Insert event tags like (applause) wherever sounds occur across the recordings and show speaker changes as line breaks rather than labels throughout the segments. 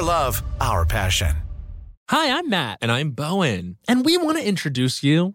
love, our passion.
Hi, I'm Matt,
And I'm Bowen.
and we want to introduce you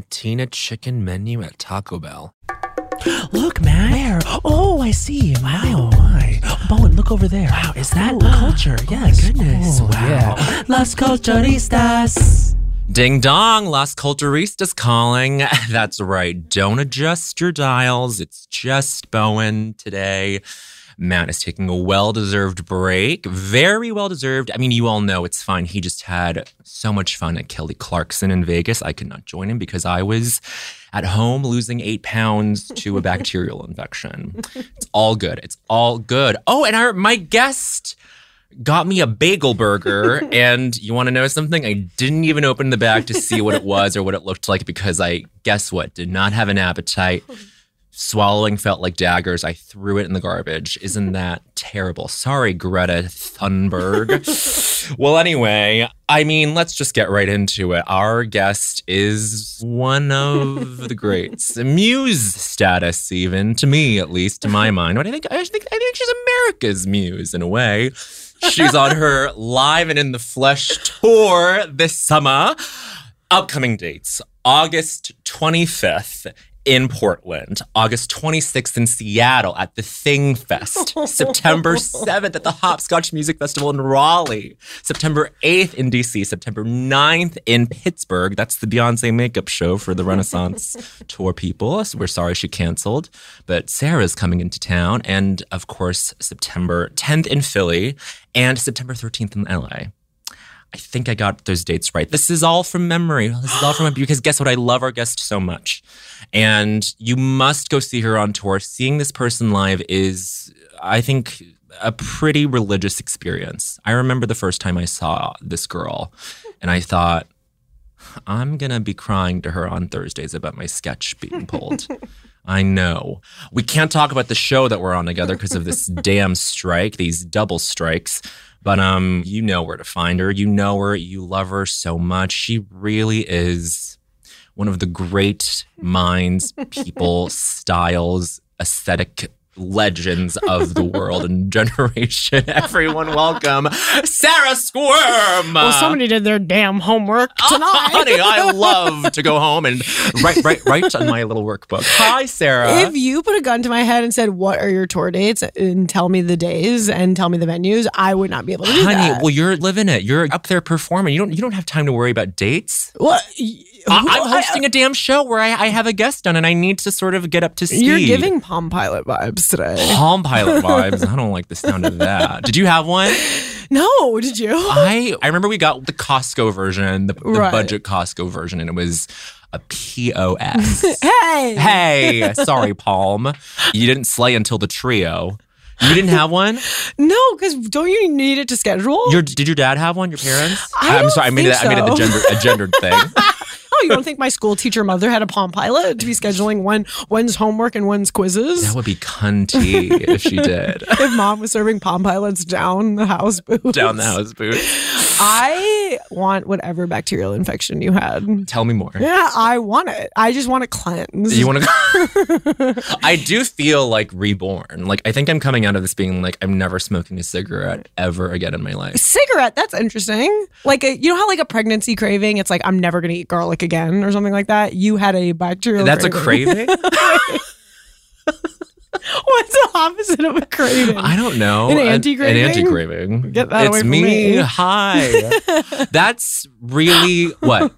chicken menu at Taco Bell.
Look, man. Oh, I see. Wow. Oh, my. Bowen, look over there. Wow, is that culture? Yes. goodness.
Oh,
wow. Las culturistas.
Ding dong, Las Culturistas calling. (laughs) That's right. Don't adjust your dials. It's just Bowen today. Matt is taking a well deserved break. Very well deserved. I mean, you all know it's fine. He just had so much fun at Kelly Clarkson in Vegas. I could not join him because I was at home losing eight pounds to a bacterial (laughs) infection. It's all good. It's all good. Oh, and our my guest got me a bagel burger and you want to know something i didn't even open the bag to see what it was or what it looked like because i guess what did not have an appetite swallowing felt like daggers i threw it in the garbage isn't that terrible sorry greta thunberg well anyway i mean let's just get right into it our guest is one of the greats muse status even to me at least to my mind but i think i think i think she's america's muse in a way She's on her live and in the flesh tour this summer. Upcoming dates August 25th in Portland, August 26th in Seattle at the Thing Fest, September 7th at the Hopscotch Music Festival in Raleigh, September 8th in DC, September 9th in Pittsburgh. That's the Beyonce makeup show for the Renaissance tour people. So we're sorry she canceled, but Sarah's coming into town. And of course, September 10th in Philly and September 13th in LA. I think I got those dates right. This is all from memory. This is all from because guess what? I love our guest so much. And you must go see her on tour. Seeing this person live is, I think, a pretty religious experience. I remember the first time I saw this girl and I thought, I'm going to be crying to her on Thursdays about my sketch being pulled. I know. We can't talk about the show that we're on together because of this damn strike, these double strikes. But um you know where to find her. You know her, you love her so much. She really is one of the great minds, people, styles, aesthetic legends of the world and generation. Everyone welcome Sarah Squirm.
Well, somebody did their damn homework
Oh,
tonight.
honey, I love to go home and write, write, write on my little workbook. Hi, Sarah.
if you put a gun to my head and said, "What are your tour dates?" and tell me the days and tell me the venues, I would not be able to do
Honey,
that.
well, you're living it. You're up there performing. You don't. You don't have time to worry about dates.
What?
I, I'm hosting a damn show where I, I have a guest on, and I need to sort of get up to speed.
You're giving Palm Pilot vibes today.
Palm Pilot vibes. I don't like the sound of that. Did you have one?
No, did you?
I I remember we got the Costco version, the, the
Right.
budget Costco version, and it was a POS.
Hey,
hey, sorry, Palm. You didn't slay until the trio. You didn't have one.
no, because don't you need it to schedule?
Your did your dad have one? Your parents?
I
am
don't
sorry. I made
think
it. I made it the
so. (laughs)
gender a gendered thing.
(laughs) oh You don't think my school teacher mother had a Palm Pilot to be scheduling one one's homework and one's quizzes?
That would be cunty if she did.
(laughs) if mom was serving Palm Pilots down the house booth,
Down the house boot.
I want whatever bacterial infection you had.
Tell me more.
Yeah, I want it. I just want to cleanse.
You want to?
(laughs)
I do feel like reborn. Like I think I'm coming out of this being like I'm never smoking a cigarette ever again in my life.
cigarette that's interesting like a, you know how like a pregnancy craving it's like i'm never gonna eat garlic again or something like that you had a bacterial
That's a
craving.
craving.
(laughs) what's the opposite of a craving
I don't know.
An
An,
anti-craving?
anti-craving.
Get that
it's
away from
me.
me. (laughs)
Hi. That's really what?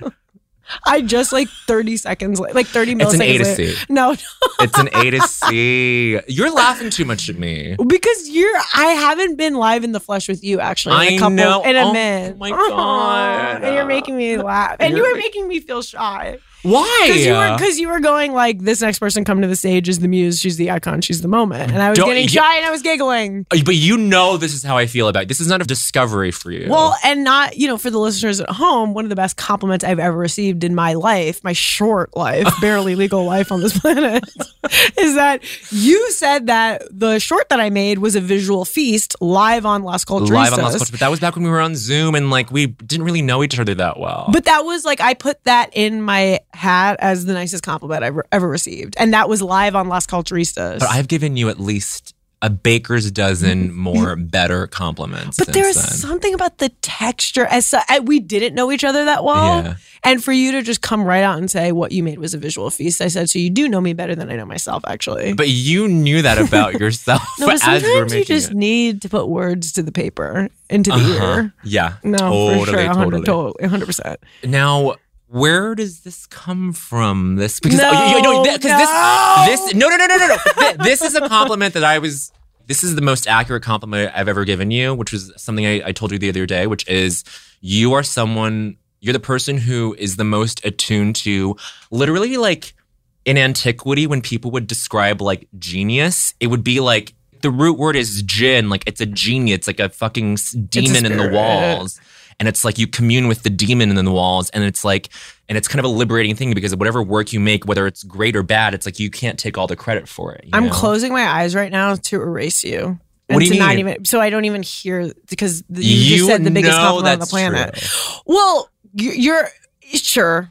I just like 30 seconds la- like 30
It's an
milliseconds
A to
later-
C.
no
It's an A to C. You're laughing too much at me.
no, because you're i haven't been live in the flesh with you actually in
I
a couple
know.
in a
Oh,
minute
my
Aw,
God.
and you're making me laugh and you
You're uh,
were making me feel shy
Why?
because you were because you were going like this next person come to the stage is the muse she's the icon she's the moment and i was
Don't-
getting
yeah.
shy and i was giggling
but you know this is how I feel about it. This is not a discovery for you.
Well, and not, you know, for the listeners at home, one of the best compliments I've ever received in my life, my short
(laughs)
life, barely legal life on this planet, (laughs) is that you said that the short that I made was a visual feast live on Las Culturistas.
live on Las Culture, but that was back when we were on Zoom and like we didn't really know each other that well.
But that was like, I put that in my hat as the nicest compliment I've ever received. And that was live on Las Culturistas.
But I've given you at least a baker's dozen more better compliments.
Mm-hmm. But
since
there's
then.
something about the texture. As so, I, we didn't know each other that well,
Yeah.
and for you to just come right out and say what you made was a visual feast, I said, so you do know me better than I know myself, actually.
But you knew that
(laughs)
about yourself
no,
as
but
we're
sometimes
making
you just
it.
need to put words to the paper into the
Uh-huh.
ear.
Yeah.
No,
totally,
for sure, 100,
totally.
totally, 100%.
Now, where does this come from? This because oh, you- you know,
No,
that- 'cause
no.
this this no no no no no no. Th- this is a compliment that I was. This is the most accurate compliment I've ever given you, which was something I, I told you the other day, which is you are someone. You're the person who is the most attuned to literally like in antiquity when people would describe like genius, it would be like the root word is jinn, like it's a genius, it's like a fucking s- demon in the
spirit.
walls. And it's like you commune with the demon in the walls, and it's like, and it's kind of a liberating thing because whatever work you make, whether it's great or bad, it's like you can't take all the credit for it. you
I'm
know?
closing my eyes right now to erase you. And
What do you
to not
mean?
even so I don't even hear because th- you, just said the biggest
know
compliment on the
that's
planet.
true. Uh-huh.
Well, y- you're sure.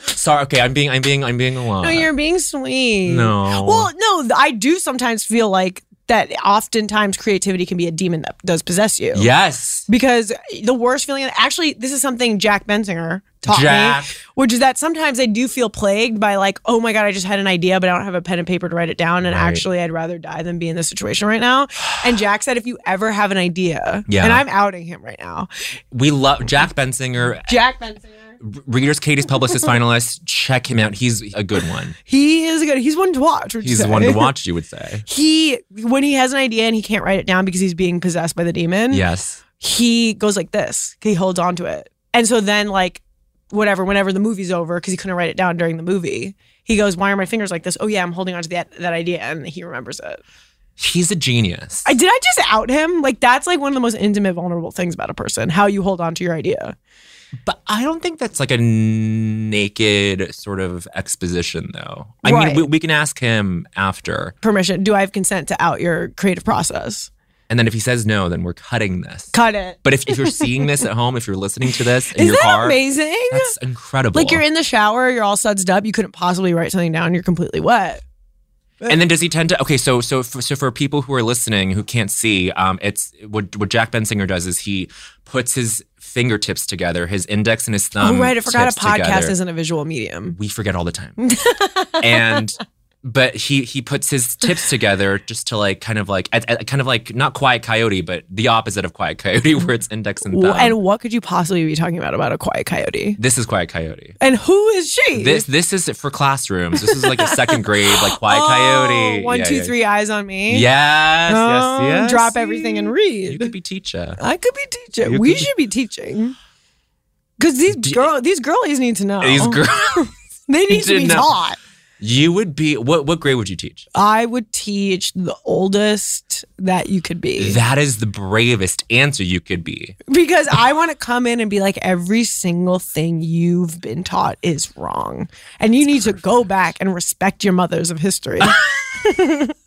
Sorry, okay, I'm being, I'm being, I'm being a lot.
No, you're being sweet.
No.
Well, no, th- I do sometimes feel like that oftentimes creativity can be a demon that does possess you.
yes,
Because the worst feeling, actually, this is something Jack Bensinger taught
Jack.
me, which is that sometimes I do feel plagued by, like, oh my God, I just had an idea, but I don't have a pen and paper to write it down. And
Right.
actually, I'd rather die than be in this situation right now. And Jack said, if you ever have an idea,
Yeah.
and I'm outing him right now,
we love Jack Bensinger
Jack Bensinger.
Readers Katie's Publicist finalist. Check him out. He's a good one.
He is a good, he's one to watch. would you
He's
say?
the one to watch, you would say.
(laughs) He, when he has an idea and he can't write it down because he's being possessed by the demon,
Yes.
he goes like this. He holds on to it. And so then like whatever, whenever the movie's over, because he couldn't write it down during the movie, he goes, Why are my fingers like this? Oh yeah, I'm holding on to that that idea and he remembers it.
He's a genius.
I did I just out him? Like that's like one of the most intimate, vulnerable things about a person, how you hold on to your idea.
but I don't think that's like a naked sort of exposition, though. I mean,
Right.
we, we can ask him after.
Permission. Do I have consent to out your creative process?
And then if he says no, then we're cutting this.
Cut it.
But if, if you're seeing this at home, if you're listening to this in
Is
your
that
car,
amazing?
that's incredible.
Like you're in the shower, you're all sudsed up, you couldn't possibly write something down, you're completely wet.
and then does he tend to? Okay, so so for, so for people who are listening who can't see, um, it's what what Jack Bensinger does is he puts his fingertips together, his index and his thumb.
oh right, I forgot a
tips
podcast
together.
isn't a visual medium.
we forget all the
(laughs)
time. and but he he puts his tips together just to like kind of like at, at- kind of like not quiet coyote, but the opposite of quiet coyote, (laughs) where it's index and thumb.
And what could you possibly be talking about about a quiet coyote?
this is quiet coyote.
And who is she?
This this is for classrooms. This is like a second grade like quiet
(laughs) Oh,
coyote.
one,
Yeah,
two,
yeah.
three eyes on me.
Yes,
Oh,
yes, yes.
drop everything and read.
You could be teacher.
I could be teaching.
You
we
could be-
should be teaching. Because these
Do-
girl, these girlies need to know.
These girls.
they need to
did
be
know.
taught.
(laughs) You would be what? What grade would you teach?
I would teach the oldest that you could be
That is the bravest answer you could be.
(laughs) because I want to come in and be like, every single thing you've been taught is wrong. And you need to go back and respect your mothers of history.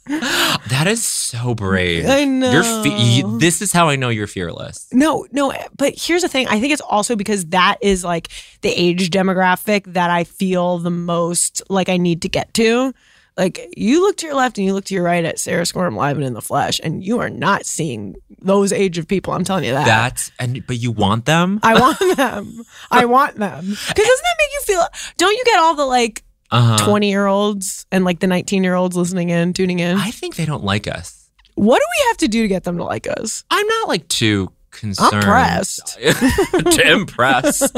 That is so brave.
I
You're fe-
know.
you, this is how I know you're fearless.
No, no, but here's the thing. I think it's also because that is like the age demographic that I feel the most like I need to get to. Like you look to your left and you look to your right at Sarah Squirm live and in the flesh, and you are not seeing those age of people. I'm telling you that.
That's and but you want them.
I want (laughs) them. I want them. Because doesn't that make you feel? Don't you get all the like
Uh huh.
20 year olds and like the 19 year olds listening in, tuning in?
I think they don't like us.
what do we have to do to get them to like us?
I'm not like too concerned. (laughs)
pressed.
to
(laughs)
impress.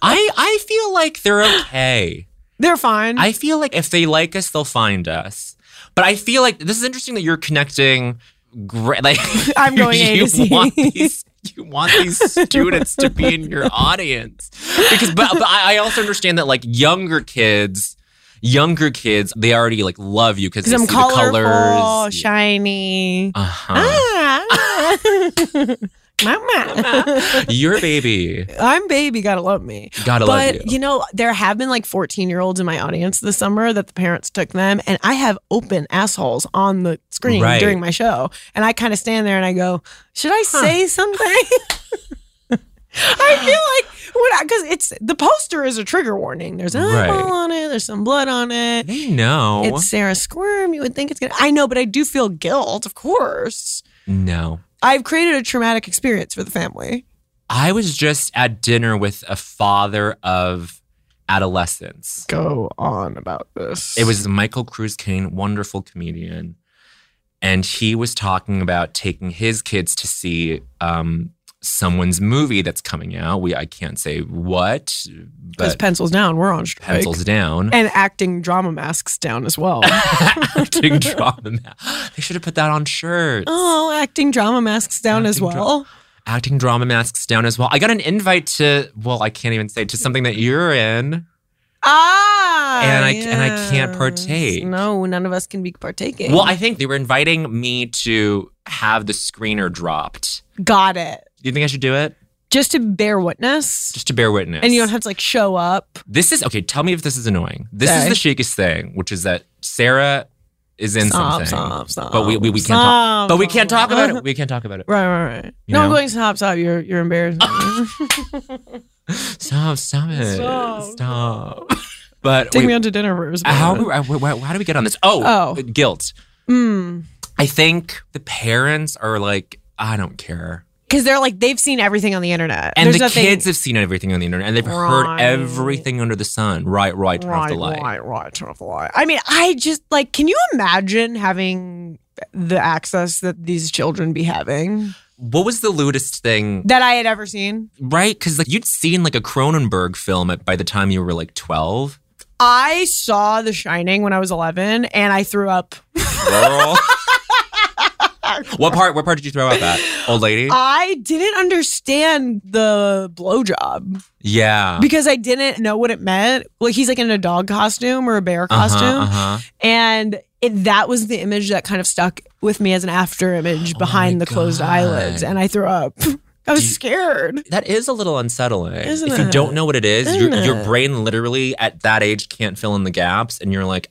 I I feel like they're okay.
They're fine.
I feel like if they like us, they'll find us. But I feel like this is interesting that you're connecting. Gra- (laughs) like
I'm going A
you
to Z.
Want these, you want these students to be in your audience because, but, but I I also understand that like younger kids, younger kids, they already like love you because they
Because I'm
see
colorful,
the colors.
shiny.
uh-huh.
Ah. (laughs) Mama.
Your baby
(laughs) I'm baby, gotta love me.
gotta love
but
you.
you. know, there have been like 14 year olds in my audience this summer that the parents took them, and I have open assholes on the screen
Right.
during my show. And I kind of stand there and I go, Should I say something? (laughs) I feel like when I, because it's the poster is a trigger warning. There's alcohol
Right.
on it, there's some blood on it.
They know.
It's Sarah Squirm. You would think it's gonna. I know, but I do feel guilt, of course.
no.
I've created a traumatic experience for the family.
I was just at dinner with a father of adolescents.
Go on about this.
It was Michael Cruz Kane, wonderful comedian. And he was talking about taking his kids to see um, someone's movie that's coming out. We I can't say what,
because
but
pencils down. We're on strike.
pencils down.
(laughs) and acting drama masks down as
(laughs)
well.
Acting drama. ma- They should have put that on shirts.
oh, acting drama masks down as
Acting dra-
well.
Acting drama masks down as well. I got an invite to well, I can't even say to something that you're in.
ah,
And I- and I can't
yes.
partake.
No, none of us can be partaking.
Well, I think they were inviting me to have the screener dropped.
got it.
Do you think I should do it?
Just to bear witness,
Just to bear witness.
and you don't have to like show up.
This is okay. Tell me if this is annoying. This is
Okay.
the shakest thing, which is that Sarah is in
Stop,
something,
stop, stop.
but we, we, we can't talk.
Stop,
But we
stop,
can't talk
stop.
about
(laughs)
it. We can't talk about it.
Right, right, right.
You
no, I'm
know?
going stop, stop. You're
(laughs)
you're embarrassing. me.
Stop! Stop it!
Stop.
Stop. But
Take
wait,
me out to dinner for a
how,
minute.
how, how, how do we get on this? Oh,
Oh.
guilt.
Mm.
I think the parents are like, I don't care.
Because they're like they've seen everything on the internet,
And
There's
the
nothing-
kids have seen everything on the internet and they've heard
Right.
everything under the sun. Right, right, turn off
Right,
the light.
right, right. Turn off the light. I mean, I just like. Can you imagine having the access that these children be having
What was the lewdest thing
that I had ever seen?
Right, because like you'd seen like a Cronenberg film at, by the time you were like twelve.
I saw The Shining when I was 11, and I threw up. (laughs)
Girl, what part? What part did you throw out that old lady?
I didn't understand the blowjob.
Uh-huh. yeah,
because I didn't know what it meant. Like he's like in a dog costume or a bear
Uh-huh,
costume,
uh-huh.
and it, that was the image that kind of stuck with me as an after
(gasps)
image
Oh
behind
my
the closed
God.
eyelids, and I threw up. (laughs) I was
Do you-
scared.
That is a little unsettling.
Isn't
if you don't
it?
know what it is, your,
Isn't
your
it?
brain literally at that age can't fill in the gaps, and you're like,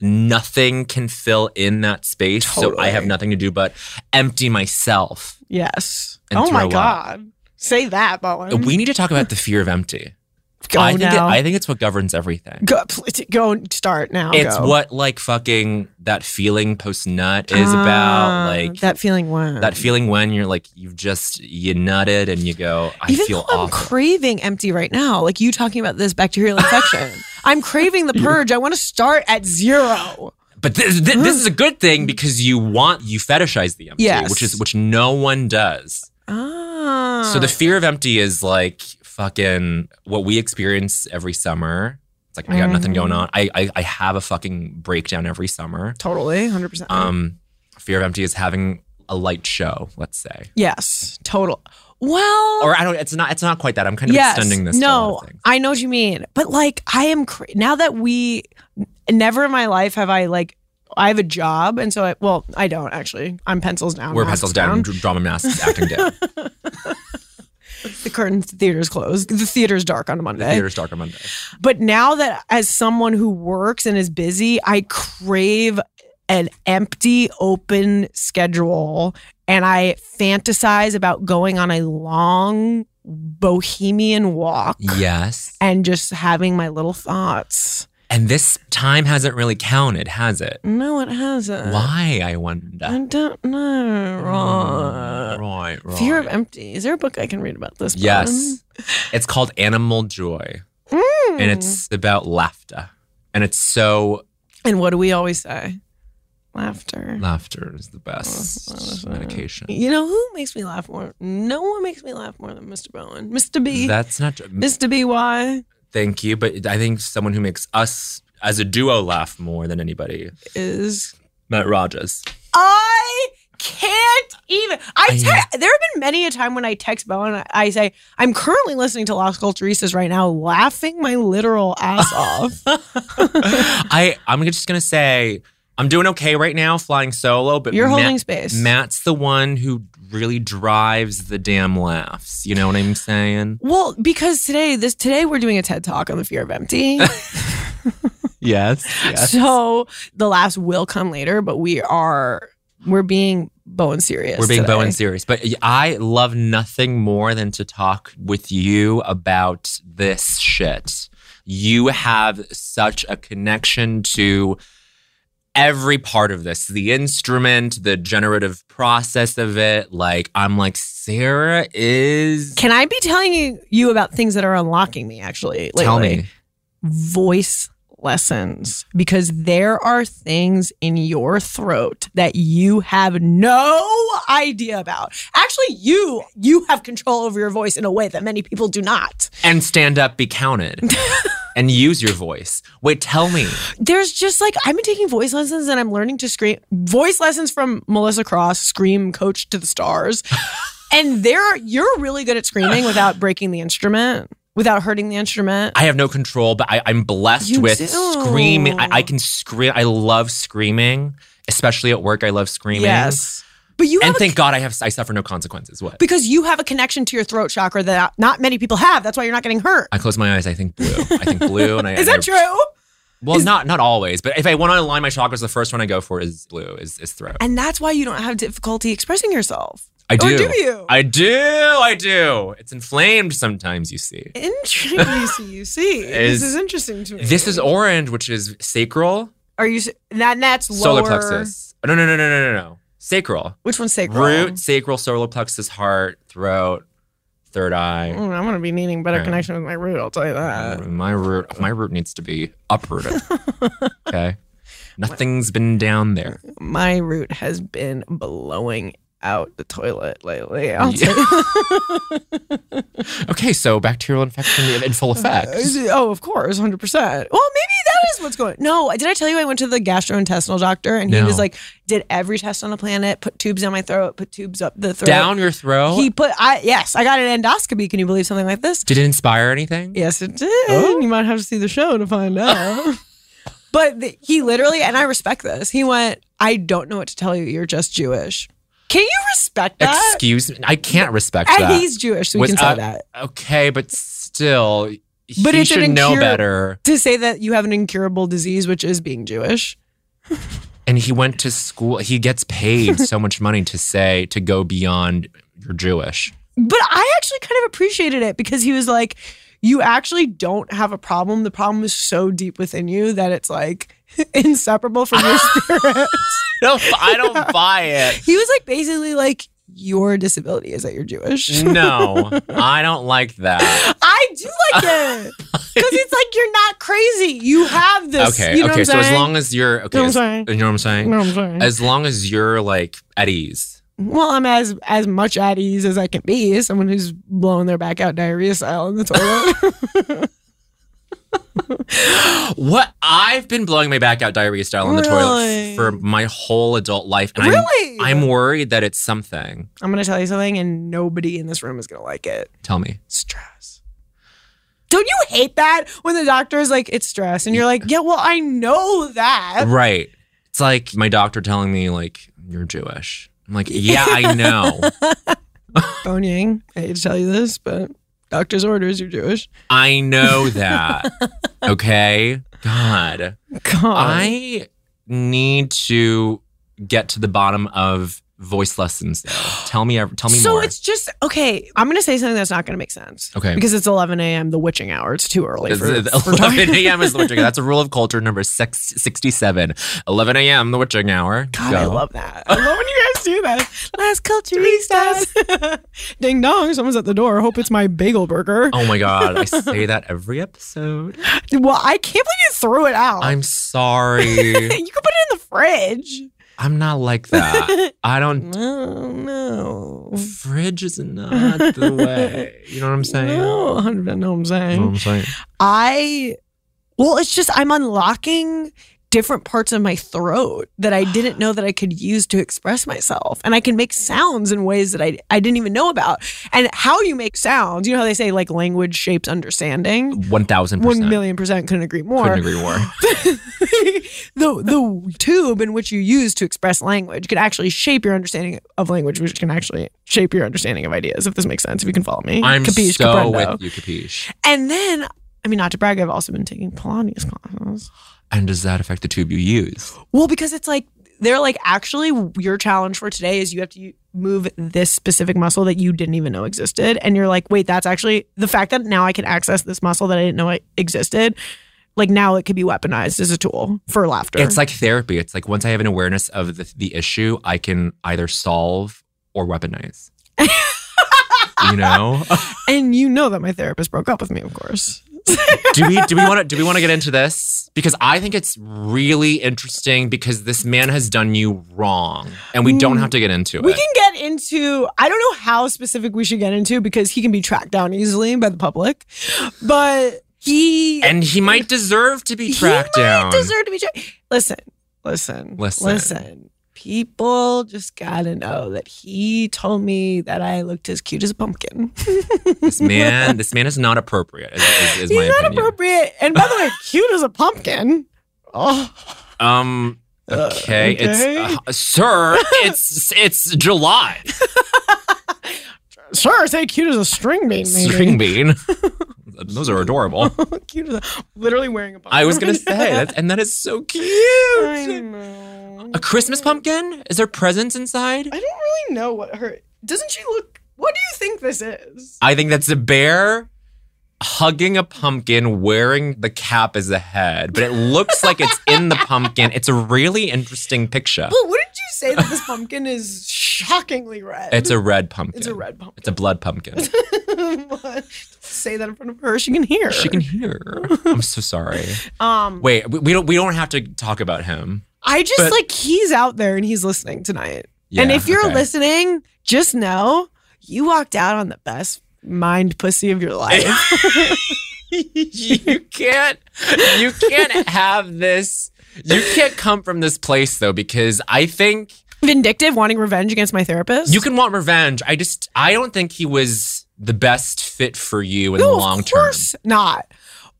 nothing can fill in that space. So I have
Totally.
nothing to do but empty myself.
Yes.
And
oh my
throw up.
god. Say that, Bowen.
We need to talk about the fear of empty.
Mm. go
I think it,
now.
I think it's what governs everything.
go, please, go and start now.
it's
go.
what like fucking that feeling post nut is about
Ah,
like that,
that feeling. When
feeling when you're like you've just you nutted and you go i
Even
feel
though I'm
awful
craving empty right now, like you talking about this bacterial
(laughs)
infection, I'm craving the purge. I want to start at zero.
but this, this, this is a good thing because you want you fetishize the empty
Mm. Yes.
which is which no one does
Ah.
so the fear of empty is like fucking what we experience every summer it's like i got nothing
Mhm.
going on I, I i have a fucking breakdown every summer
Totally, hundred
Ah.
percent.
um fear of empty is having a light show let's say
yes, total. Well,
Or I don't. It's not. It's not quite that. I'm kind of
yes,
extending this. to a lot
No,
of things.
I know what you mean, but like I am cra- now that we n- never in my life have I like I have a job, and so I well I don't actually. I'm pencils down.
We're
masks
pencils down, dr- drama
(laughs)
masks, acting down.
The curtains, the theater's closed. The theater's dark on a Monday.
Theater's dark on Monday.
But now that as someone who works and is busy, I crave an empty, open schedule and I fantasize about going on a long bohemian walk
Yes.
and just having my little thoughts.
And this time hasn't really counted, has it?
No, it hasn't.
Why, I wonder.
I don't know.
Mm,
Ron.
Right, right.
Fear of empty. Is there a book I can read about this?
Yes. It's called Animal Joy,
Button? Mm.
and it's about laughter. And it's so
and what do we always say? Laughter.
laughter is the
that's
best
right.
medication.
You know who makes me laugh more? No one makes me laugh more than Mr. Bowen. Mr. B.
That's not
Mr. B. Why
thank you, but I think someone who makes us as a duo laugh more than anybody,
is
Matt Rogers.
I can't even. I
I
te- there
know.
have been many a time when I text Bowen. I, I say I'm currently listening to Las Culturistas right now, laughing my literal
(laughs)
ass off. (laughs)
I I'm just gonna say I'm doing okay right now, flying solo, but
You're
Matt-
holding space.
Matt's the one who really drives the damn laughs. You know what I'm saying?
Well, because today this today we're doing a TED talk on the fear of empty.
Yes. (laughs) yes.
so the laughs will come later, but we are we're being Bowen serious.
We're being
today.
Bowen serious, but I love nothing more than to talk with you about this shit. You have such a connection to every part of this the instrument, the generative process of it. Like, I'm like, Sarah is.
Can I be telling you, you about things that are unlocking me actually? Lately?
Tell me.
Voice lessons because there are things in your throat that you have no idea about. Actually, you you have control over your voice in a way that many people do not.
And stand up, be counted,
(laughs)
and use your voice. Wait, tell me.
There's just like I've been taking voice lessons and I'm learning to scream voice lessons from Melissa Cross, scream coach to
(laughs)
the stars. and there you're really good at screaming without breaking the instrument, without hurting the instrument.
I have no control, but I, I'm blessed
You
with
do.
screaming. I, I can scream. I love screaming, especially at work. I love screaming.
Yes. But you have
And
a
thank God I have I suffer no consequences. What?
because you have a connection to your throat chakra that not many people have. That's why you're not getting hurt.
I close my eyes. I think blue. I think blue. And I
(laughs) Is
and I-
that true?
Well, not not always, but if I want to align my chakras, the first one I go for is blue. Is is throat.
And that's why you don't have difficulty expressing yourself.
I do.
Or Oh, do you?
I do. I do. It's inflamed sometimes. You see.
Interesting. (laughs) you see, you see. this
Is-
is interesting to me.
This is orange, which is sacral,
Are you? s- That that's lower.
solar plexus. No, no, no, no, no, no, no. Sacral.
Which one's sacral?
root, sacral, solar plexus, heart, throat, third eye.
Mm, I'm gonna be needing better
Yeah.
connection with my root. I'll tell you that.
my root, my root needs to be
(laughs)
uprooted. okay, nothing's been down there.
My root has been blowing out the toilet lately. I'll
Yeah.
tell you.
Okay, so bacterial infection in- in
(laughs)
full effect.
Oh, of course, hundred percent. Well, maybe that is what's going. No, did I tell you I went to the gastrointestinal doctor and he
No.
was like, did every test on the planet, put tubes down my throat, put tubes up the throat.
Down your throat.
He put. I yes, I got an endoscopy. Can you believe something like this?
Did it inspire anything?
Yes, it did.
Oh.
You might have to see the show to find
(laughs)
out. but the, he literally, and I respect this. He went, I don't know what to tell you. You're just Jewish. Can you respect that?
Excuse me, I can't respect
and
that.
he's Jewish, so we
Was-
can say
uh,
that.
okay, but still,
But
he
it's an
should know
incur-
better.
To say that you have an incurable disease, which is being Jewish.
And he went to school. He gets paid so much money to say to go beyond. You're Jewish.
But I actually kind of appreciated it because he was like, you actually don't have a problem. The problem is so deep within you that it's like (laughs) inseparable from
(laughs)
your spirit.
No, I don't buy it.
He was like basically like, your disability is that you're
Mm.
Jewish.
No, I don't like that.
(laughs) I do like
(laughs)
it because it's like you're not crazy. You have this.
Okay,
You know
okay.
What
So
I'm
as
saying?
long as you're okay,
You know what I'm
as-
saying?
you know what I'm saying?
No, I'm sorry.
As long as you're like at ease. (gasps)
well, I'm as as much at ease as I can
(laughs)
be. as Someone who's blowing their back out diarrhea style in the toilet.
What I've been blowing my back out diarrhea style in the toilet
Really?
f- for my whole adult life. And
Really?
I'm, I'm worried that it's something.
I'm gonna tell you something, and nobody in this room is gonna like it.
Tell me.
Stress. Don't you hate that when the doctor is like, it's stress, and you're like, yeah, well, I know that.
Right. It's like my doctor telling me, like, you're Jewish. I'm like, yeah, I
(laughs)
know.
Bone Yang, I hate to tell you this, but doctor's orders, you're Jewish.
I know
(laughs)
that. Okay. God.
God.
I need to get to the bottom of voice lessons. Though. Tell me, ev- tell me
so
more. (laughs)
it's just okay. I'm gonna say something that's not gonna make sense.
Okay.
Because it's 11 a.m. The witching hour. It's too early for,
The- the
for
11
(laughs) talking.
a.m. is the witching hour. That's a rule of culture number six, 67. 11 a.m. the witching hour.
God, I
Go.
love that. I love when you guys do that. Last culturistas. (laughs) Ding dong, someone's at the door. Hope it's my bagel burger.
Oh my god, I
(laughs)
say that every episode.
Well, I can't believe you threw it out.
I'm sorry.
(laughs) you could put it in the fridge.
I'm not like
(laughs)
that. I don't.
No, no.
Fridge is not
(laughs)
the way. You know what I'm saying?
No, 100% know what I'm
You know what
saying.
I'm saying?
I, well, it's just I'm unlocking different parts of my throat that I didn't know that I could use to express myself. And I can make sounds in ways that I, I didn't even know about. And how you make sounds, you know how they say like language shapes understanding?
1000%.
One million percent couldn't agree more.
Couldn't agree
(laughs)
more.
the the tube in which you use to express language can actually shape your understanding of language, which can actually shape your understanding of ideas. If this makes sense, if you can follow me,
I'm
Capisce,
so
comprendo.
with you, Capiche.
And then, I mean, not to brag, I've also been taking Pilates classes.
And does that affect the tube you use?
Well, because it's like they're like actually your challenge for today is you have to u- move this specific muscle that you didn't even know existed, and you're like, wait, that's actually the fact that now I can access this muscle that I didn't know it existed. Like now, it could be weaponized as a tool for laughter.
It's like therapy. It's like once I have an awareness of the, the issue, I can either solve or
(laughs)
weaponize. you know?
And you know that my therapist broke up with me, of course.
do we do we want to do we want to get into this? Because I think it's really interesting because this man has done you wrong, and we don't have to get into
Hmm. We
it.
can get into, I don't know how specific we should get into because he can be tracked down easily by the public, but he,
and he might deserve to be
he
tracked
might
down.
deserve to be tracked. Listen, listen,
Listen.
listen. People just gotta know that he told me that I looked as cute as a pumpkin.
this man, this man is not appropriate. Is, is, is
He's
my
not
opinion.
appropriate. And by
(laughs)
the way, cute as a pumpkin. Oh,
Um. Okay,
Uh, okay.
it's uh, sir. It's it's July.
sure, say cute as a string bean, maybe.
String bean. (laughs) Those are adorable.
cute as a, literally wearing a pumpkin.
I was gonna
(laughs)
say, that's, and that is so
I
cute. (laughs)
know.
A Christmas pumpkin? Is there presents inside?
I don't really know what her. Doesn't she look? What do you think this is?
I think that's a bear hugging a pumpkin wearing the cap as a head, but it looks like it's in the pumpkin. It's a really interesting picture.
Well, wouldn't you say that
(laughs)
this pumpkin is shockingly red?
It's a red pumpkin.
It's a red pumpkin.
It's a blood pumpkin.
(laughs) say that in front of her. She can hear.
She can hear. I'm so sorry.
(laughs) Um,
Wait, we, we don't we don't have to talk about him.
I just
but-
like he's out there and he's listening tonight.
Yeah,
and if you're
okay.
listening, just know you walked out on the best mind pussy of
(laughs)
your life. (laughs)
you can't you can't have this. You can't come from this place though because I think
Vindictive, wanting revenge against my therapist.
You can want revenge. I just I don't think he was the best fit for you in
No,
the long
Oh, of
term.
course not.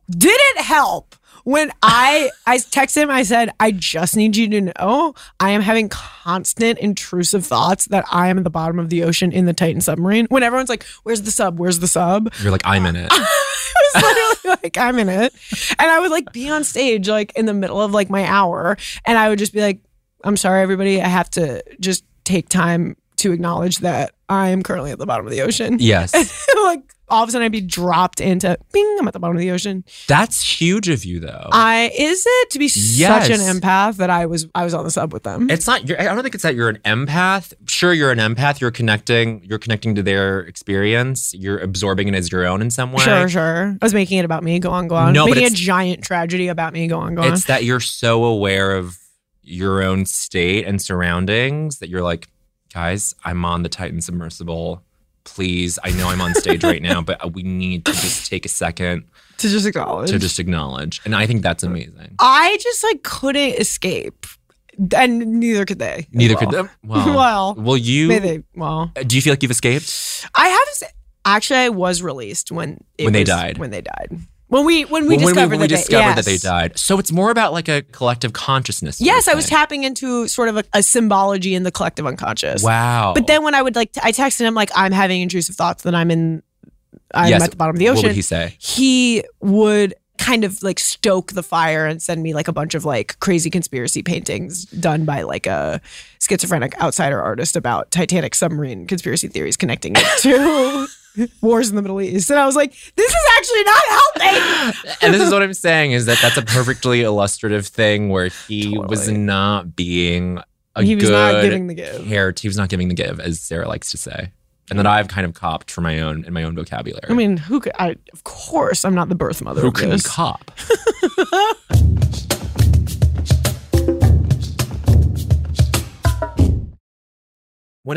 Did it help when I I texted him? I said, I just need you to know I am having constant intrusive thoughts that I am at the bottom of the ocean in the Titan submarine. When everyone's like, "Where's the sub? Where's the sub?" (laughs)
You're like I'm in it.
I was literally like, "I'm in it," and I would like be on stage like in the middle of like my hour, and I would just be like, "I'm sorry, everybody. I have to just take time." To acknowledge that I am currently at the bottom of the ocean.
Yes,
(laughs) like all of a sudden I'd be dropped into bing, I'm at the bottom of the ocean.
that's huge of you though.
I is it to be such an
Yes.
empath that I was I was on the sub with them.
it's not. You're, I don't think it's that you're an empath. Sure, you're an empath. You're connecting. You're connecting to their experience. You're absorbing it as your own in some way.
Sure, sure. I was making it about me. Go on, go on.
No, but
making a
it's-
giant tragedy about me. Go on, go on.
It's that you're so aware of your own state and surroundings that you're like, guys, I'm on the Titan submersible. please. I know I'm on stage right now, but we need to just take a
(laughs)
second
to just acknowledge.
to just acknowledge. And I think that's amazing.
I just like couldn't escape, and neither could they. as
Neither could
(laughs) well.
them. (laughs) Well,
Well,
will you?
May they? Well,
Do you feel like you've escaped?
I have. s- Actually, I was released when it
When they
was-
died.
When they died. When we when we
Well, when
discovered,
when
that, they,
discovered that they
yes.
died. So it's more about like a collective consciousness. sort
Yes,
of
I was
thing.
tapping into sort of a, a symbology in the collective unconscious.
Wow.
But then when I would like, t- I texted him like, I'm having intrusive thoughts that I'm in, I'm
Yes.
at the bottom of the
what
ocean.
would he say?
he would kind of like stoke the fire and send me like a bunch of like crazy conspiracy paintings done by like a schizophrenic outsider artist about Titanic submarine conspiracy theories connecting it to
(laughs)
wars in the Middle East. And I was like, this is actually not helping.
(laughs) and this is what I'm saying is that that's a perfectly illustrative thing where he was
Totally.
not being a
he was
good
not giving the give. Mm.
care. He was not giving the give, as Sarah likes to say, and that I've kind of copped for my own in my own vocabulary.
I mean, who could I of course I'm not the birth mother
who
of
can
this. (laughs)
cop? When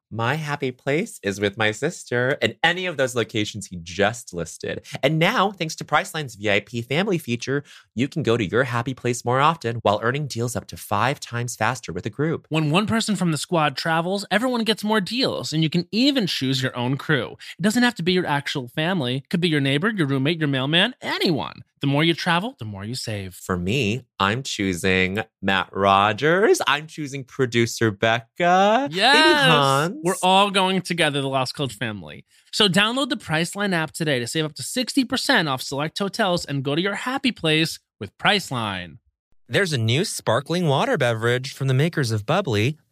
My happy place is with my sister and any of those locations he just listed. And now, thanks to Priceline's VIP family feature, you can go to your happy place more often while earning deals up to five times faster with a group.
When one person from the squad travels, everyone gets more deals, and you can even choose your own crew. It doesn't have to be your actual family, it could be your neighbor, your roommate, your mailman, anyone. The more you travel, the more you save.
For me, I'm choosing Matt Rogers. I'm choosing producer Becca. Maybe
Yes.
Hans.
We're all going together, the Lost Coach family. So download the Priceline app today to save up to 60% off select hotels and go to your happy place with Priceline.
There's a new sparkling water beverage from the makers of Bubbly,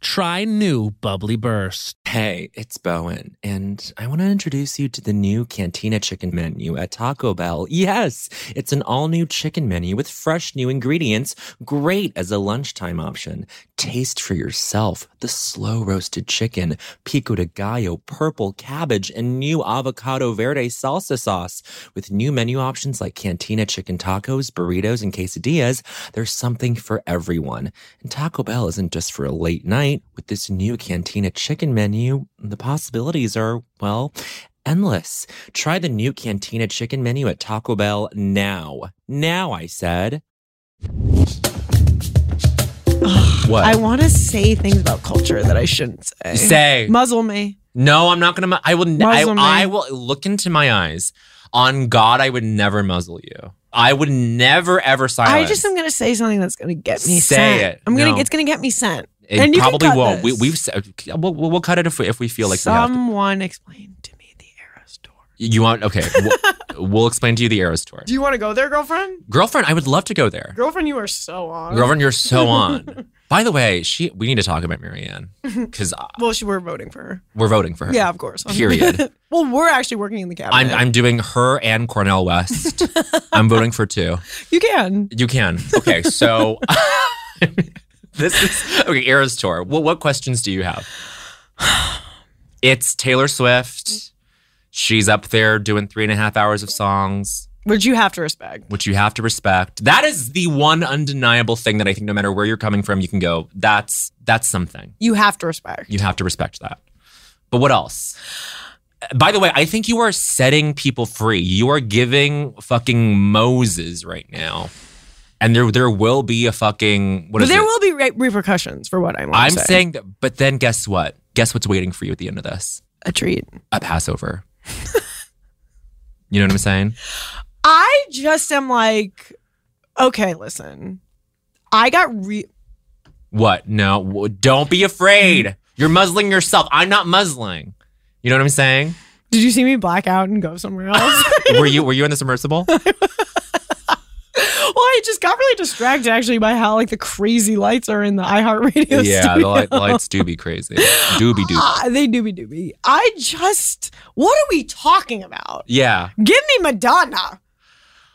try new Bubbly Burst. (gasps)
Hey, it's Bowen, and I want to introduce you to the new Cantina Chicken menu at Taco Bell. Yes, it's an all new chicken menu with fresh new ingredients, great as a lunchtime option. Taste for yourself the slow roasted chicken, pico de gallo, purple cabbage, and new avocado verde salsa sauce. With new menu options like Cantina Chicken tacos, burritos, and quesadillas, there's something for everyone. And Taco Bell isn't just for a late night. With this new Cantina chicken menu, the possibilities are, well, endless. Try the new Cantina chicken menu at Taco Bell now. Now, I said. What?
I want to say things about culture that I shouldn't say.
Say.
Muzzle me.
No, I'm not gonna. mu- I will. n- I,
Muzzle me.
I will look into my eyes. On God, I would never muzzle you. I would never ever silence.
I just am gonna say something that's gonna get me
Say
sent.
it.
I'm gonna.
No.
It's gonna get me sent.
It
and you can
probably
cut
won't.
this.
We, we've. said- We'll, we'll we'll cut it if we if we feel like we have to.
someone explained to me the arrow store.
You want okay?
(laughs)
We'll, we'll explain to you the Eras tour.
Do you want to go there, girlfriend?
Girlfriend, I would love to go there.
Girlfriend, you are so on.
Girlfriend, you're so
(laughs)
on. By the way, she we need to talk about Marianne because
Well, she, we're voting for her.
we're voting for her.
Yeah, of course.
Period.
(laughs) well, we're actually working in the cabinet.
I'm I'm doing her and Cornell
(laughs)
West. I'm voting for two.
you can.
You can. Okay, so (laughs) this is okay. Eras tour. What what questions do you have? It's Taylor Swift. She's up there doing three and a half hours of songs.
Would you have to respect?
which you have to respect. That is the one undeniable thing that I think no matter where you're coming from, you can go, that's that's something.
You have to respect.
You have to respect that. But what else? By the way, I think you are setting people free. You are giving fucking Moses right now. And there there will be a fucking what
But
is
there
it?
will be re- repercussions for what I'm.
I'm saying that but then guess what? Guess what's waiting for you at the end of this?
A treat.
A
(laughs)
Passover. you know what I'm saying?
I just am like, okay, listen. I got re
What? No, w- don't be afraid. You're muzzling yourself. I'm not muzzling. You know what I'm
(laughs)
saying?
Did you see me black out and go
(laughs)
somewhere else?
Were you were you in the submersible?
well, I just got really distracted actually by how like the crazy lights are in the iHeartRadio
yeah, the
studio.
light, lights do be crazy. Doobie doobie.
Ah, they doobie doobie. I just, what are we talking about?
Yeah.
Give me Madonna.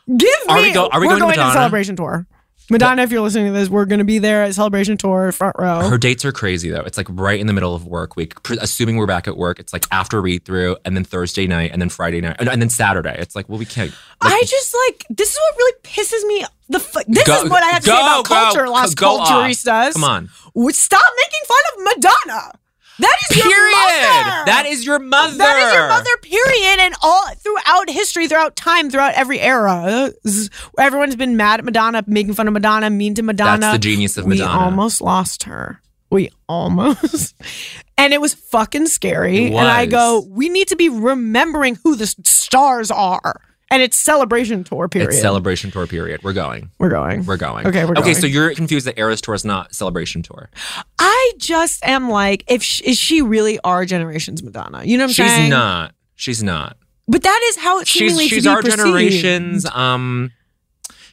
Give me.
Are we go- are we
are
going to
going
Madonna?
to Celebration Tour. Madonna, if you're listening to this, we're going to be there at Celebration Tour, front row.
Her dates are crazy though. It's like right in the middle of work week. Pr- Assuming we're back at work, it's like after read through, and then Thursday night, and then Friday night, and, and then Saturday. It's like, well, we can't. like,
I just like this is what really pisses me. The f- this
Go-
is what I have to
go,
say about
go,
culture,
go
Las
off.
Culturistas.
come on.
Would- Stop making fun of Madonna. That is
Period.
your mother.
That is your mother.
That is your mother, period. And all throughout history, throughout time, throughout every era, z- everyone's been mad at Madonna, making fun of Madonna, mean to Madonna.
That's the genius of
we
Madonna.
almost lost her. We almost. (laughs) and it was fucking scary.
It
And I
was.
go, we need to be remembering who the s- stars are. And it's celebration tour, period.
It's celebration tour period. We're going.
We're going.
We're going.
Okay, we're
okay.
going.
So you're confused that Eras Tour is not celebration tour.
I just am like, if sh is she really our generation's Madonna? You know what I'm
She's
saying?
not. She's not.
But that is how it
She's
seemingly
she's
to be
our
perceived.
generation's. Um,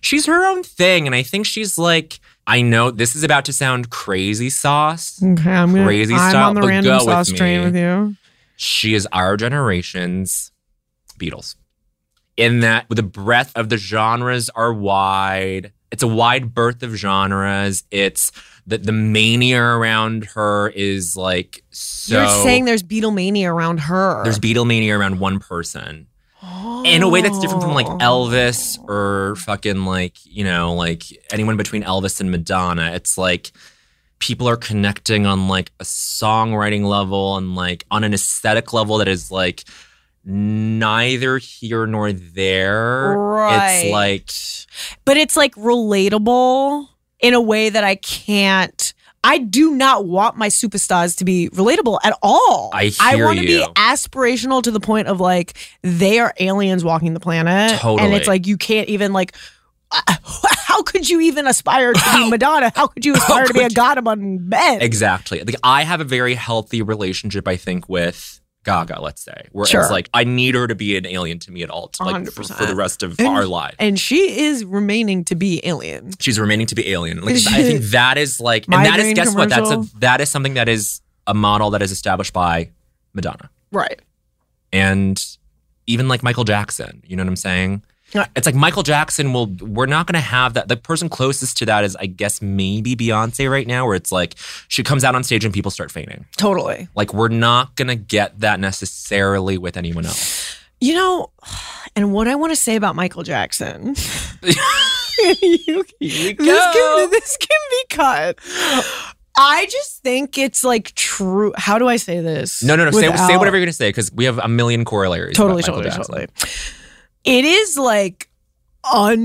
she's her own thing, and I think she's like. I know this is about to sound crazy sauce.
Okay, I'm gonna,
Crazy
I'm
style,
on the
but go
random
with
sauce
me.
train with you.
She is our generation's Beatles. In that the breadth of the genres are wide. It's a wide berth of genres. It's that the mania around her is like so
You're saying there's Beatlemania around her.
there's Beatlemania around one person. In a way that's different from like
Oh.
Elvis or fucking like, you know, like anyone between Elvis and Madonna. It's like people are connecting on like a songwriting level and like on an aesthetic level that is like neither here nor there.
Right.
It's like
but it's like relatable in a way that I can't. I do not want my superstars to be relatable at all.
I
I
hear
want to be
you.
aspirational to the point of like they are aliens walking the planet, and
Totally.
it's like you can't even like. (laughs) How could you even aspire to be Madonna? How could you aspire to be a god among men?
Exactly. Like I have a very healthy relationship, I think, with Gaga, let's say, where
Sure.
it's like I need her to be an alien to me at all, to, like for,
100%.
for the rest of
And-
our life.
And she is remaining to be alien.
She's remaining to be alien. Like, I
(laughs)
think that is like, and that is
Migraine
guess what? That's
commercial.
a that is something that is a model that is established by Madonna
Right.
and even like Michael Jackson. You know what I'm saying? It's like Michael Jackson will. We're not going to have that. The person closest to that is, I guess, maybe Beyonce right now, where it's like she comes out on stage and people start fainting.
Totally.
Like we're not gonna get that necessarily with anyone else.
You know, (sighs) and what I want to say about
(laughs)
Michael Jackson. (laughs) You- this, can, this can be cut. I just think it's like true. How do I say this?
No, no, no. Say, say
without-
whatever you're gonna say because we have a million corollaries. about
Totally,
Michael
totally,
Jackson.
totally. It is like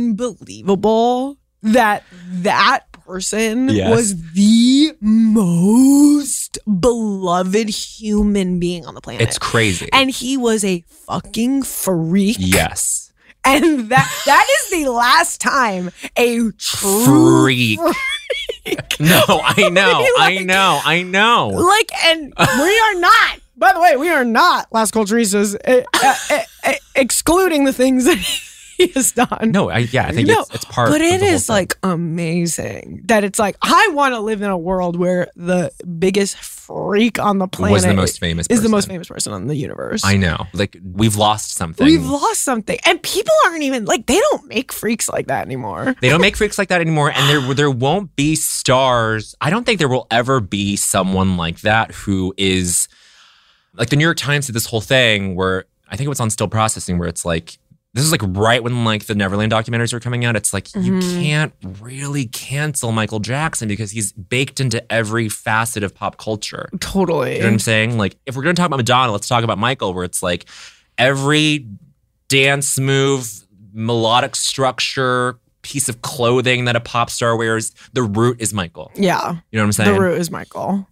unbelievable that that person
Yes.
was the most beloved human being on the planet.
It's crazy.
and he was a fucking freak.
yes,
And that that is the last time a true
freak. (laughs) no,
(laughs)
I know, I
Like-
know, I know.
like and we are not. By the way, we are not Las Culturistas uh, uh, uh, excluding the things that he has done.
No, I yeah, I think
No,
it's, it's part.
But
of
it
the whole
is
thing.
like amazing that it's like I want to live in a world where the biggest freak on the planet
was the most famous.
is the most
person.
famous person on the universe.
I know. Like we've lost something.
We've lost something, and people aren't even like they don't make freaks like that anymore.
They don't make freaks like that anymore, and there there won't be stars. I don't think there will ever be someone like that who is like the New York Times did this whole thing where I think it was on Still Processing, where it's like this is like right when like the Neverland documentaries were coming out. It's like you
Mhm.
can't really cancel Michael Jackson because he's baked into every facet of pop culture.
Totally.
You know what I'm saying? Like, if we're going to talk about Madonna, let's talk about Michael, where it's like every dance move, melodic structure, piece of clothing that a pop star wears, the root is Michael.
yeah,
You know what I'm
the (laughs)
saying?
root is Michael.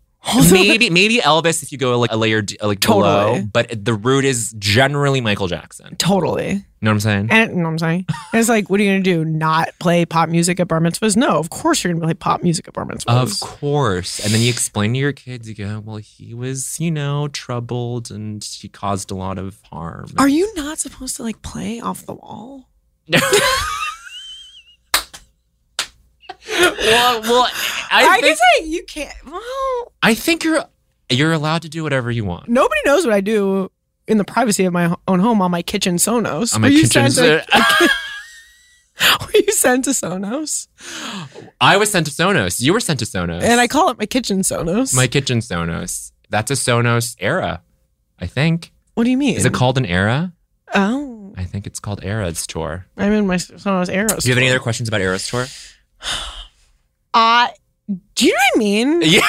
maybe maybe Elvis if you go like a layer d- like
Totally.
below, but the root is generally Michael Jackson.
Totally.
You know what I'm saying?
And you know what I'm saying? And it's like, what are you going to do? Not play pop music at bar mitzvahs? No, of course you're going to play pop music at bar
Of
mitzvahs.
course. And then you explain to your kids, you go, well, he was, you know, troubled and he caused a lot of harm.
Are you not supposed to like play off the wall?
well, well,
I,
I
can
think,
say you can't. Well,
I think you're you're allowed to do whatever you want.
nobody knows what I do in the privacy of my ho- own home on my kitchen Sonos.
On my
Were you
kitchen
Sent
so-
(laughs) to, were you sent to Sonos?
(laughs) I was sent to Sonos. You were sent to Sonos.
And I call it my kitchen Sonos.
my kitchen Sonos. That's a Sonos era, I think.
what do you mean?
Is it called an era?
Oh,
I think it's called Era's Tour.
I'm in my Sonos Arrows.
Do you have any other questions about Era's Tour?
Uh, do you know what
(laughs)
I
(laughs)
mean?
Yeah,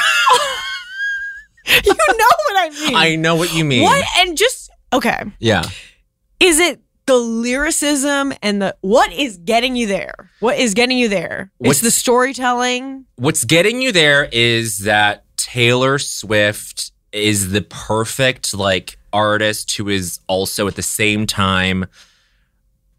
you know what I mean.
I know what you mean.
What and just okay.
Yeah.
Is it the lyricism and the what is getting you there? What is getting you there?
What's-
it's the storytelling.
What's getting you there is that Taylor Swift is the perfect like artist who is also at the same time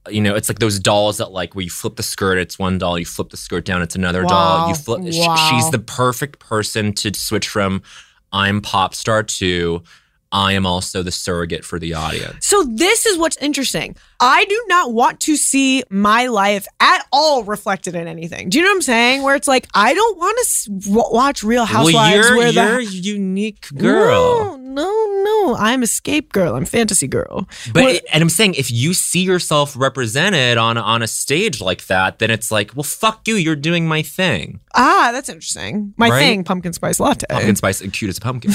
you know, it's like those dolls that like where you flip the skirt, it's one doll, you flip the skirt down, it's another doll.
Wow.
You flip sh-
Wow.
she's the perfect person to switch from I'm pop star to I am also the surrogate for the audience.
So this is what's interesting. I do not want to see my life at all reflected in anything. Do you know what I'm saying? Where it's like I don't want to s- w- watch Real Housewives
well, you're,
where
you're
the
a unique girl.
No, no, no. I'm escape girl. I'm fantasy girl.
But
Well-
and I'm saying if you see yourself represented on on a stage like that, then it's like, well, fuck you, you're doing my thing.
Ah, that's interesting. My
Right?
thing, pumpkin spice latte.
Pumpkin spice and cute as a
(laughs)
pumpkin.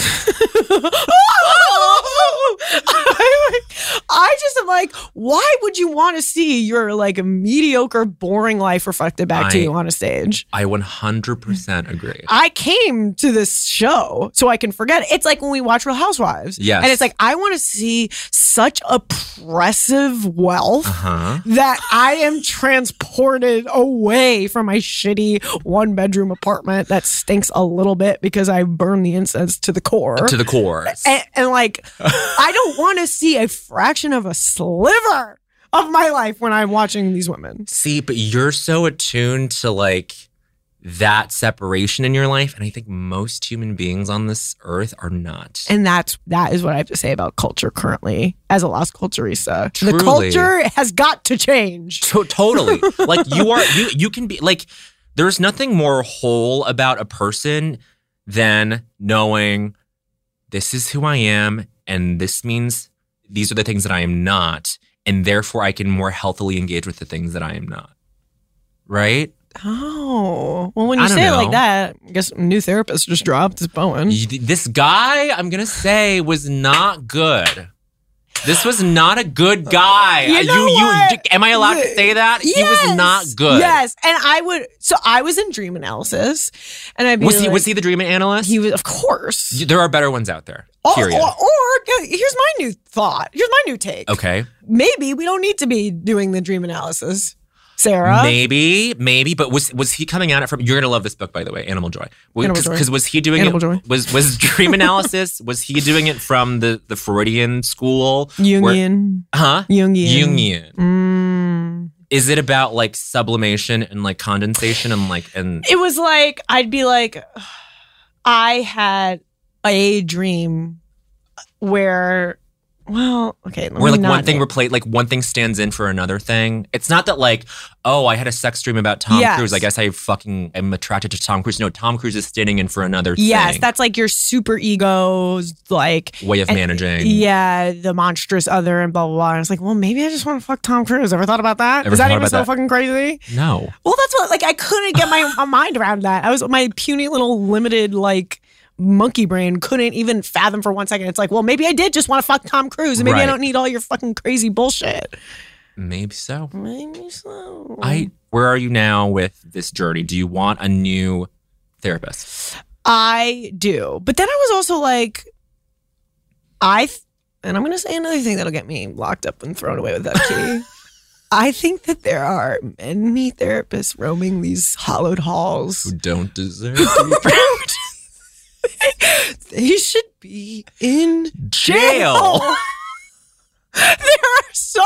I just am like, why would you want to see your like mediocre, boring life reflected back to
I-
you on a stage?
I 100% agree.
I came to this show so I can forget. It's like when we watch Real Housewives.
Yes.
And it's like, I want to see such oppressive wealth
Huh?
that I am transported away from my shitty one bedroom apartment that stinks a little bit because I burn the incense to the core.
To the core.
and,
(laughs)
and, like, I don't want to see a fraction of a sliver of my life when I'm watching these women.
See, but you're so attuned to like that separation in your life, and I think most human beings on this earth are not.
And that's that is what I have to say about culture currently as a lost culturista. The
Truly.
culture has got to change.
To- totally. like you are you you can be like there's nothing more whole about a person than knowing this is who I am and this means these are the things that I am not and therefore I can more healthily engage with the things that I am not. Right?
Oh. Well, when
I
you
don't
say it like
know.
that, I guess new therapist just dropped. It's Bowen.
You- this guy, I'm going to say was not good. This was not a good guy.
You know what?
am I allowed to say that? He was not
Yes.
good.
Yes, and I would. So I was in dream analysis, and I'd be
Was
like,
he was he the dream analyst?
He was, of course.
You- There are better ones out there.
Or, or,
Period.
or- here's my new thought. Here's my new take.
okay.
Maybe we don't need to be doing the dream analysis, Sarah.
Maybe, maybe, but was was he coming at it from? You're gonna love this book, by the way, Animal Joy.
Animal Joy.
Because was he doing
Animal
it?
Joy.
Was
(laughs)
was dream analysis? was he doing it from the the Freudian school? Where-
Jungian.
huh?
Jungian.
Jungian.
Mm.
Is it about like sublimation and like condensation and like and
it was like I'd be like, I had a dream where, well, okay, let
where
me
like one
not-
thing replaced like one thing stands in for another thing? It's not that like oh I had a sex dream about Tom
Yes.
Cruise. I guess I fucking am attracted to Tom Cruise. No, Tom Cruise is standing in for another
Yes,
thing.
that's like your super egos, like
way of
and-
managing.
yeah, the monstrous other and blah blah blah. And it's like, well, maybe I just want to fuck Tom Cruise. Ever thought about that? Is
Ever
that
thought
even
about
so
that?
fucking crazy?
No.
Well, that's what like I couldn't get my, my mind around that. I was my puny little limited like monkey brain couldn't even fathom for one second. It's like, well, maybe I did just want to fuck Tom Cruise, and maybe I
Right.
don't need all your fucking crazy bullshit.
Maybe so.
Maybe so.
I where are you now with this journey? Do you want a new therapist?
I do, but then I was also like, I th- and I'm gonna say another thing that'll get me locked up and thrown away with that key. I think that there are many
(laughs)
therapists (laughs) roaming these hollowed halls
don't deserve
who They should be in
Jail.
(laughs) there are so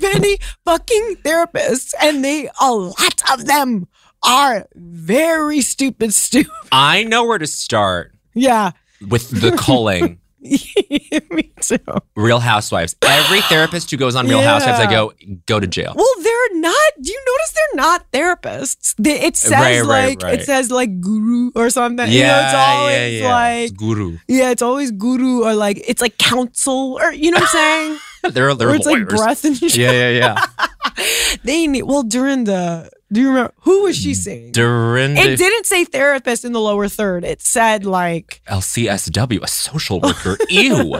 many fucking therapists, and they a lot of them are very stupid, stupid.
I know where to start
(laughs) Yeah, (laughs)
with the culling.
me too.
Real Housewives. Every therapist who goes on Real Housewives, I
Yeah.
go, go to jail.
Well, they're not. Do you notice they're not therapists? They- It says
Right, right,
like
right.
it says like guru or something.
yeah,
(laughs) you know, it's always
yeah, yeah.
like
It's guru.
yeah, it's always guru or like it's like counsel or you know what I'm saying?
(laughs) They're, they're
or it's
lawyers.
like breath and shit.
Yeah, yeah,
(laughs)
yeah.
They need well during the do you remember who was
Mm.
she saying?
Dorinda
it didn't say therapist in the lower third. It said like
LCSW, a
(laughs)
social worker. Ew.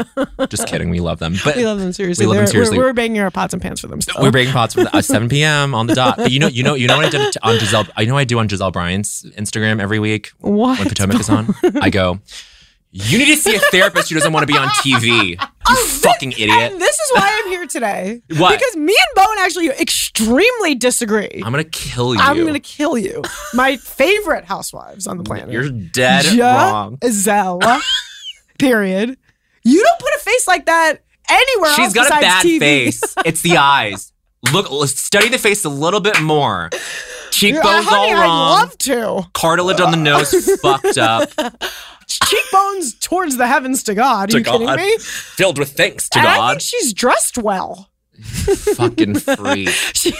Just kidding. We love them. But
we love them seriously.
love them
They're-
seriously.
We're, we're banging our pots and pans for them. Still.
we're breaking pots from the, uh, 7 p.m. on the dot. But you know, you know, you know what I did on Giselle. I know I do on Giselle Bryant's Instagram every week
what?
when Potomac is
(laughs)
on. I go, you need to see a therapist who doesn't want to be on
(laughs)
TV. You fucking idiot.
Oh, And this is why I'm here today.
(laughs) What?
Because me and Bowen actually extremely disagree.
I'm gonna kill you.
I'm gonna kill you. My favorite housewives on the planet.
You're dead wrong. (laughs)
Giselle. period. You don't put a face like that anywhere
She's
else
got a
besides
bad
TV.
face. It's
(laughs)
the eyes. Look, let's study the face a little bit more.
You're-
Cheekbones all
honey,
wrong.
I'd love to.
Cartilage on the
(laughs)
nose fucked up.
Cheekbones towards the heavens to God. Are
To
you kidding
God.
me?
Filled with thanks to
and I
God.
think she's dressed well. (laughs)
(laughs) Fucking freak.
She,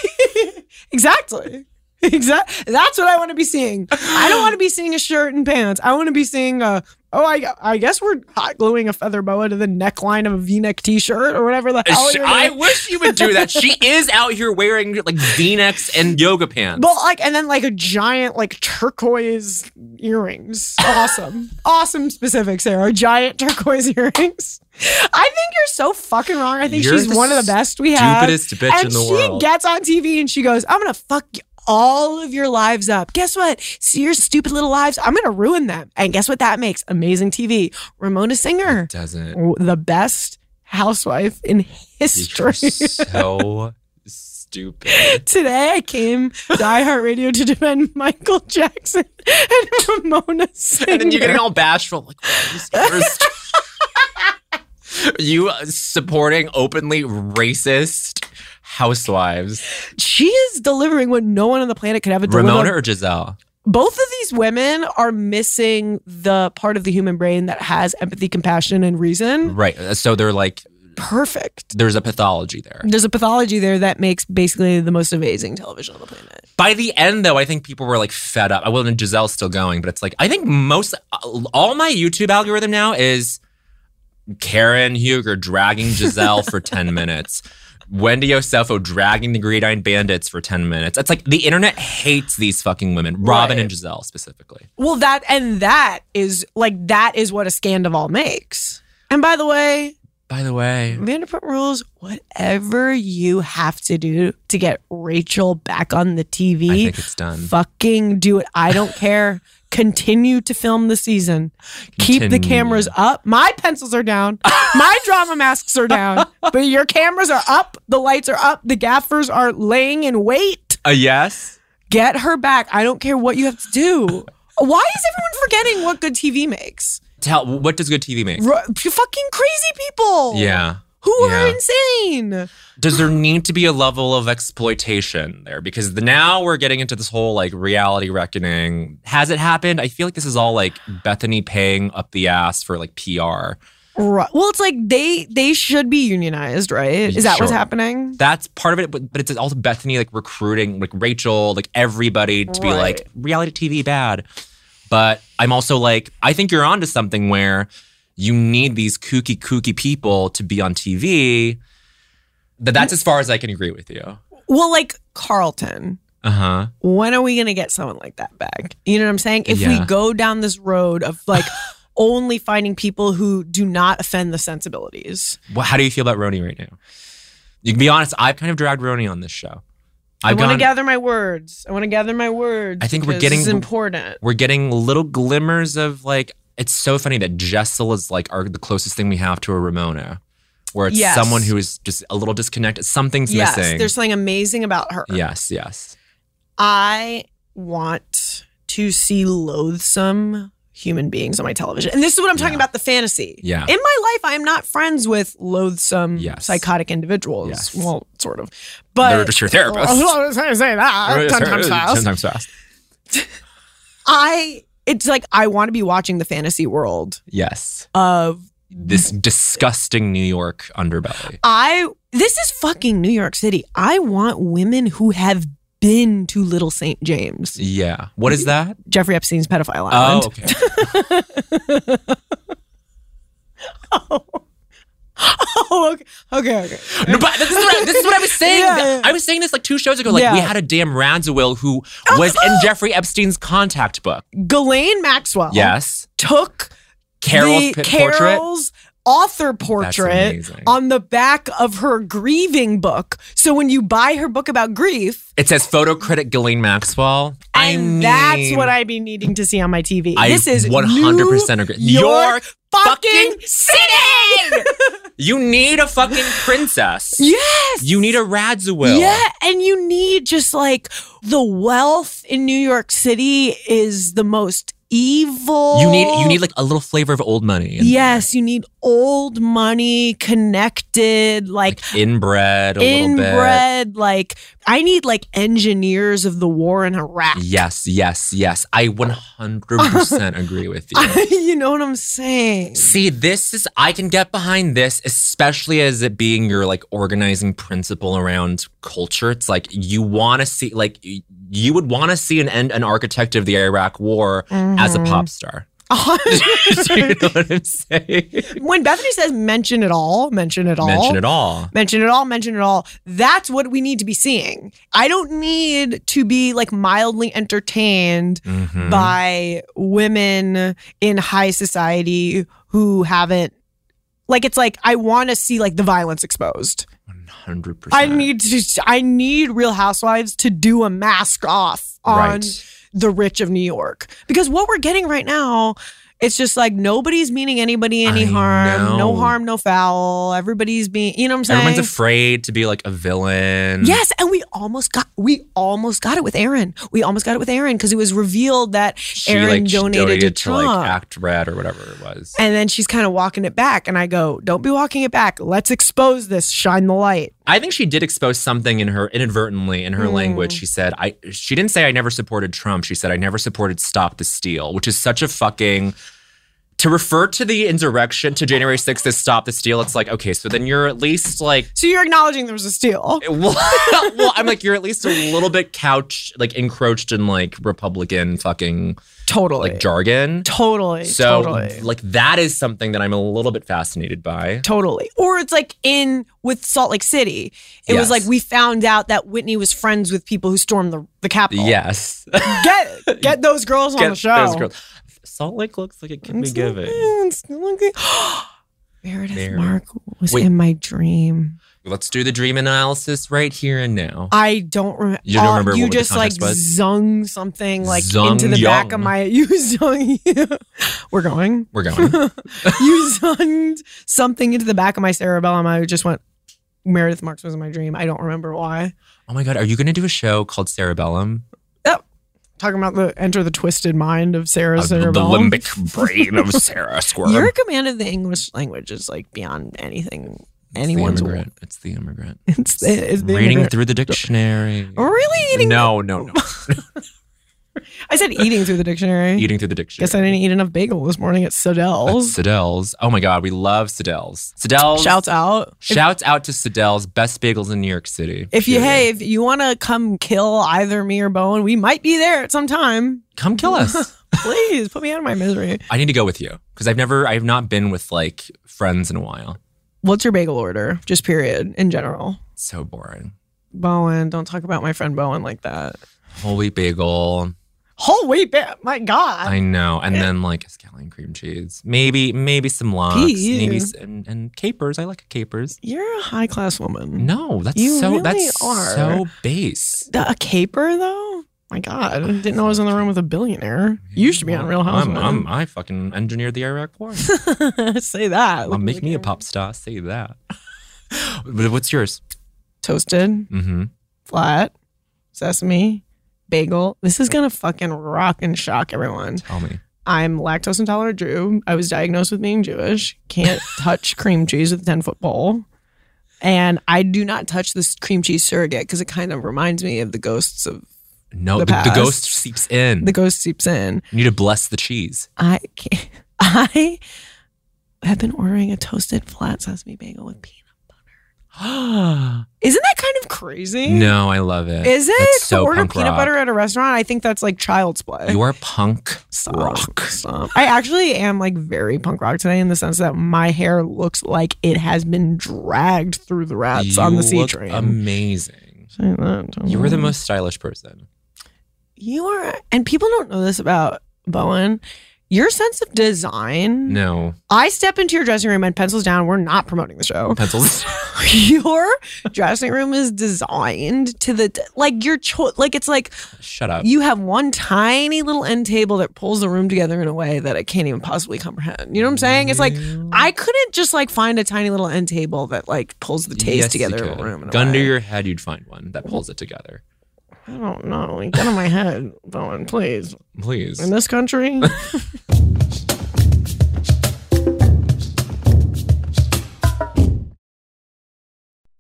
exactly. Exactly. That's what I want to be seeing. I don't want to be seeing a shirt and pants. I want to be seeing a oh, I I guess we're hot gluing a feather boa to the neckline of a V-neck T-shirt or whatever the hell.
She-
You're
I
(laughs) doing.
wish you would do that. She is out here wearing like V-necks and yoga pants.
But like, and then like a giant like turquoise earrings.
(laughs)
Awesome, awesome specific, Sarah. Giant turquoise (laughs) earrings. I think you're so fucking wrong. I think
You're
she's
the
one of the best we have.
Stupidest bitch
and
in the
she
world.
gets on TV and she goes, "I'm gonna fuck you." All of your lives up. Guess what? See your stupid little lives. I'm gonna ruin them. And guess what that makes? Amazing TV. Ramona Singer,
Doesn't.
the best housewife in
You're
history. (laughs)
so stupid.
Today I came to iHeartRadio to defend Michael Jackson and Ramona
(laughs)
Singer.
And then you're getting all bashful, like "Well, this first- (laughs) you uh, supporting openly racist housewives,
she is delivering what no one on the planet could ever deliver.
Ramona or Giselle?
Both of these women are missing the part of the human brain that has empathy, compassion, and reason.
Right. uh, So they're like,
Perfect.
there's a pathology there.
There's a pathology there that makes basically the most amazing television on the planet.
By the end, though, I think people were like fed up. I wasn't Giselle's still going, but it's like I think most uh, all my YouTube algorithm now is Karen Huger dragging Giselle
(laughs)
for ten minutes, Wendy Osefo dragging the Gridiron Bandits for ten minutes. It's like the internet hates these fucking women, Robin
Right.
and Giselle specifically.
Well, that and that is like that is what a Scandival makes. And by the way,
By the way,
Vanderpump Rules, whatever you have to do to get Rachel back on the
I
TV,
think it's done.
fucking do it. I
(laughs)
don't care. Continue to film the season. Keep the
Continue.
cameras up. My pencils are down.
(laughs)
My drama masks are down. But your cameras are up. The lights are up. The gaffers are laying in wait.
A yes.
Get her back. I don't care what you have to do. Why is everyone forgetting what good TV makes?
Tell what does good TV make?
Ru- fucking crazy people.
Yeah.
Who are
Yeah.
insane.
does there need to be a level of exploitation there because the, now we're getting into this whole like reality reckoning has it happened i feel like this is all like bethany paying up the ass for like pr
Right. Well, it's like they they should be unionized, right? Is that what's
Sure.
happening?
that's part of it but, but it's also bethany like recruiting like rachel like everybody to be like reality tv bad but i'm also like i think you're onto something where you need these kooky kooky people to be on tv but that's as far as i can agree with you
Well, like Carlton.
uh-huh
When are we going to get someone like that back? You know what I'm saying? If
Yeah.
we go down this road of
(sighs)
like only finding people who do not offend the sensibilities.
Well, how do you feel about Roni right now? You can be honest. I've kind of dragged Roni on this show.
i
I've
want to
gone-
gather my words. I want to gather my words.
I think we're
because
getting-
this is important.
We're getting little glimmers of like. It's so funny that Jessel is like our, the closest thing we have to a Ramona, where it's
Yes.
someone who is just a little disconnected. Something's
Yes,
missing.
there's something amazing about her.
yes, yes.
I want to see loathsome human beings on my television. And this is what I'm talking
Yeah.
about the fantasy.
Yeah.
In my life, I am not friends with loathsome,
Yes.
psychotic individuals.
Yes.
Well, sort of. But (laughs)
They're just your therapist.
I was going to say that. Ten times fast.
Sometimes fast.
I, it's like I want to be watching the fantasy world
Yes.
of
This disgusting New York underbelly.
I this is fucking New York City. I want women who have been to Little St. James,
Yeah. What is that?
Jeffrey Epstein's pedophile
Oh,
island.
okay.
(laughs) Oh, okay, okay, okay.
No, but this is, what I, this is what I was saying.
Yeah, yeah.
I was saying this like two shows ago. Like
Yeah. Oh,
we had a damn Radziwill who was in Jeffrey Epstein's contact book.
Ghislaine Maxwell
Yes,
took
Carol's
the
pit portrait.
Carol's author
That's
portrait
amazing.
on the back of her grieving book. So when you buy her book about grief,
It says photo critic Ghislaine Maxwell. I
and that's
mean,
what I be needing to see on my TV.
I
this is
100% agree.
New York
York
fucking
fucking city. you need a fucking princess.
(laughs) yes.
You need a Radziwill.
Yeah, and you need just like the wealth in New York City is the most evil.
You need you need like a little flavor of old money. in
yes, you need old money connected like.
there. Inbred a little bit.
Inbred, like I need like engineers of the war in Iraq.
Yes, yes, yes. I 100% agree with you.
(laughs) you know what I'm saying?
See, this is I can get behind this, especially as it being your like organizing principle around culture. It's like you want to see, like y- you would want to see an end, an architect of the Iraq War as a
Mm-hmm.
pop star. (laughs) Do you know what I'm saying?
(laughs) when Bethany says mention it all, mention it all,
Mention it all.
mention it all, mention it all. That's what we need to be seeing. I don't need to be like mildly entertained
Mhm.
by women in high society who haven't like it's like I want to see like the violence exposed.
100%.
I need to I need real housewives to do a mask off on
Right.
the rich of New York because what we're getting right now it's just like nobody's meaning anybody any
I
harm, no
know.
harm, no foul. Everybody's being, you know what I'm saying?
Everyone's afraid to be like a villain.
Yes, and we almost got we almost got it with Aaron. We almost got it with Aaron because it was revealed that
She
Aaron
like
donated, to
to
Trump.
like act red or whatever it was.
and then she's kind of walking it back, and I go, "Don't be walking it back. Let's expose this. Shine the light."
I think she did expose something in her inadvertently in her
Hmm.
language. She said, "I." She didn't say I never supported Trump. She said I never supported Stop the Steal, which is such a fucking. To refer to the insurrection to January 6th as Stop the Steal, it's like okay, so then you're at least like. (laughs)
So you're acknowledging there was a steal.
Well, well, I'm like you're at least a little bit couch like encroached in like Republican fucking
Totally,
like jargon.
totally,
So
totally,
like that is something that I'm a little bit fascinated by.
totally. Or it's like in with Salt Lake City, it was
Yes.
like we found out that Whitney was friends with people who stormed the the Capitol.
Yes. (laughs)
get get those girls on the
Get
show.
those girls. Salt Lake looks like it could be
It's not
given.
bad. It's
(gasps)
not good. (gasps) Meredith
There.
Mark was
Wait.
in my dream.
Let's do the dream analysis right here and now.
I don't remember.
You don't remember
you
what the
just like
context was?
zung something like
Zung
into the back of
young.
my. (laughs) You zung. We're going.
(laughs) We're
(laughs)
going.
You zunged something into the back of my cerebellum. I just went. Meredith Marks was in my dream. I don't remember why.
oh my God, are you going to do a show called Cerebellum?
Talking about the enter the twisted mind of Sarah
Of the
cerebellum.
limbic brain of
(laughs)
Sarah Squirm.
Your command of the English language is like beyond anything anyone's.
the immigrant. It's the immigrant.
(laughs) It's, it's the
Reading
immigrant.
through the dictionary.
Really eating?
No, no,
(laughs)
no.
I said eating through the dictionary.
(laughs) Eating through the dictionary.
Guess I didn't eat enough bagel this morning at
That's
Sidell's.
Siddell's. Oh my God, we love Siddell's. Siddell's.
Shouts out.
Shouts out to Siddell's, best bagels in New York City.
If you,
Period.
hey, if you want to come kill either me or Bowen, we might be there at some time.
come kill
(laughs)
us.
Please put me out of my misery.
I need to go with you because I've never, I've not been with like friends in a while.
What's your bagel order? Just period in general.
So boring.
Bowen, don't talk about my friend Bowen like that.
Whole wheat bagel.
Whole wheat, ba- my God.
I know. And then like scallion and cream cheese. Maybe maybe some lox.
Ew.
Maybe s- and, and capers. I like capers.
You're a high class woman.
No, that's
You
so
really
that's
are.
so base.
The- A caper, though? My God. Didn't know I was in the room with a billionaire. You should be on Real
I'm, I'm,
Housewives.
I fucking engineered the Iraq
(laughs)
War.
Say that.
I'm making me a pop star. Say that. But What's yours?
Toasted.
Mm-hmm.
flat, sesame, bagel. This is gonna fucking rock and shock everyone.
Tell me.
I'm lactose intolerant Jew. I was diagnosed with being Jewish. Can't touch cream cheese with a 10 foot pole. And I do not touch this cream cheese surrogate because it kind of reminds me of the ghosts of
No, the,
The
the
past.
ghost seeps in.
the ghost seeps in.
you need to bless the cheese.
I can't, (laughs) I have been ordering a toasted flat sesame bagel with peanut.
no,
Isn't that kind of crazy?
I love it.
Is it
That's
to
so
order
punk
peanut
rock.
butter at a restaurant? I think that's like child's play.
You are punk
Stop.
rock.
Stop. I actually am like very punk rock today in the sense that my hair looks like it has been dragged through the rats
you
on the sea
look
train. Mm.
Amazing.
Say that.
You were the most stylish person.
You are, and people don't know this about Bowen. Your sense of design.
No
I step into your dressing room and pencils down. We're not promoting the show.
pencils.
(laughs) your dressing room is designed to the like your cho- like it's like
(laughs) Shut up.
you have one tiny little end table that pulls the room together in a way that I can't even possibly comprehend. You know what I'm saying? It's like I couldn't just like find a tiny little end table that like pulls the
Yes,
taste
you
together in
could.
a room. in a
Gun to
way.
your head, you'd find one that pulls it together.
I don't know. Like, Get out of my head, Bowen, please.
Please.
In
(laughs)
this country.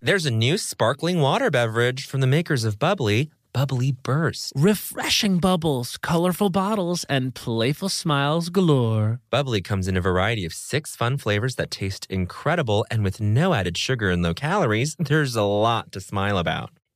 There's a new sparkling water beverage from the makers of Bubbly, Bubbly Burst.
Refreshing bubbles, colorful bottles, and playful smiles galore.
Bubbly comes in a variety of six fun flavors that taste incredible, and with no added sugar and low calories, (laughs) there's a lot to smile about.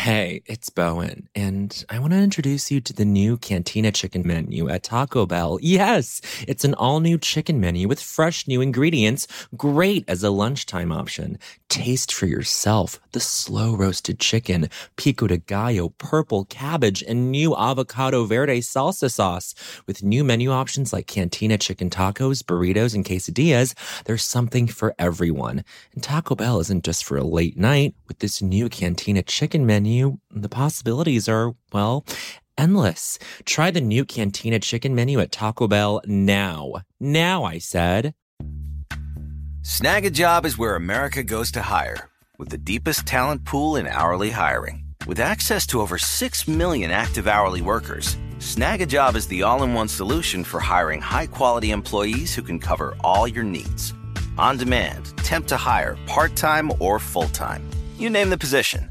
Hey, it's Bowen, and I want to introduce you to the new Cantina Chicken menu at Taco Bell. Yes, it's an all new chicken menu with fresh new ingredients, great as a lunchtime option. Taste for yourself the slow roasted chicken, pico de gallo, purple cabbage, and new avocado verde salsa sauce. With new menu options like Cantina Chicken tacos, burritos, and quesadillas, there's something for everyone. And Taco Bell isn't just for a late night. With this new Cantina chicken menu, the possibilities are, well, endless. Try the new Cantina chicken menu at Taco Bell now. Now, I said.
Snag a job is where America goes to hire, with the deepest talent pool in hourly hiring. With access to over 6 million active hourly workers, Snag a job is the all in one solution for hiring high quality employees who can cover all your needs. On demand, temp to hire, part time or full time. You name the position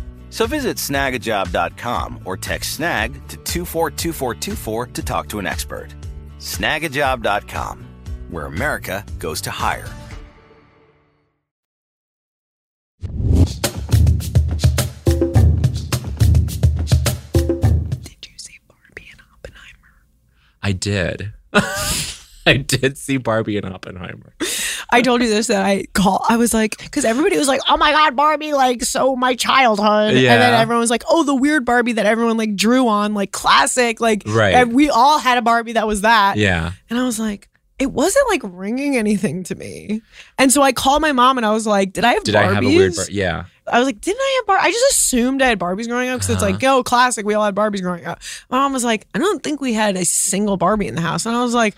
So visit snagajob.com or text snag to 242424 to talk to an expert. Snagajob.com, where America goes to hire.
Did you see Barbie and Oppenheimer?
I did. (laughs) I did see Barbie and Oppenheimer.
I told you this that I call. I was like, because everybody was like, "Oh my god, Barbie!" Like so, my childhood. And then
Yeah.
everyone was like, "Oh, the weird Barbie that everyone like drew on, like classic, like."
Right.
And we all had a Barbie that was that.
Yeah.
And I was like, it wasn't like ringing anything to me. And so I called my mom and I was like, did I have
Did
Barbies?
I have a weird Bar- Yeah.
I was like, didn't I have Bar? I just assumed I had Barbies growing up because it's
Uh-huh.
like, yo, classic. We all had Barbies growing up. My mom was like, I don't think we had a single Barbie in the house. And I was like,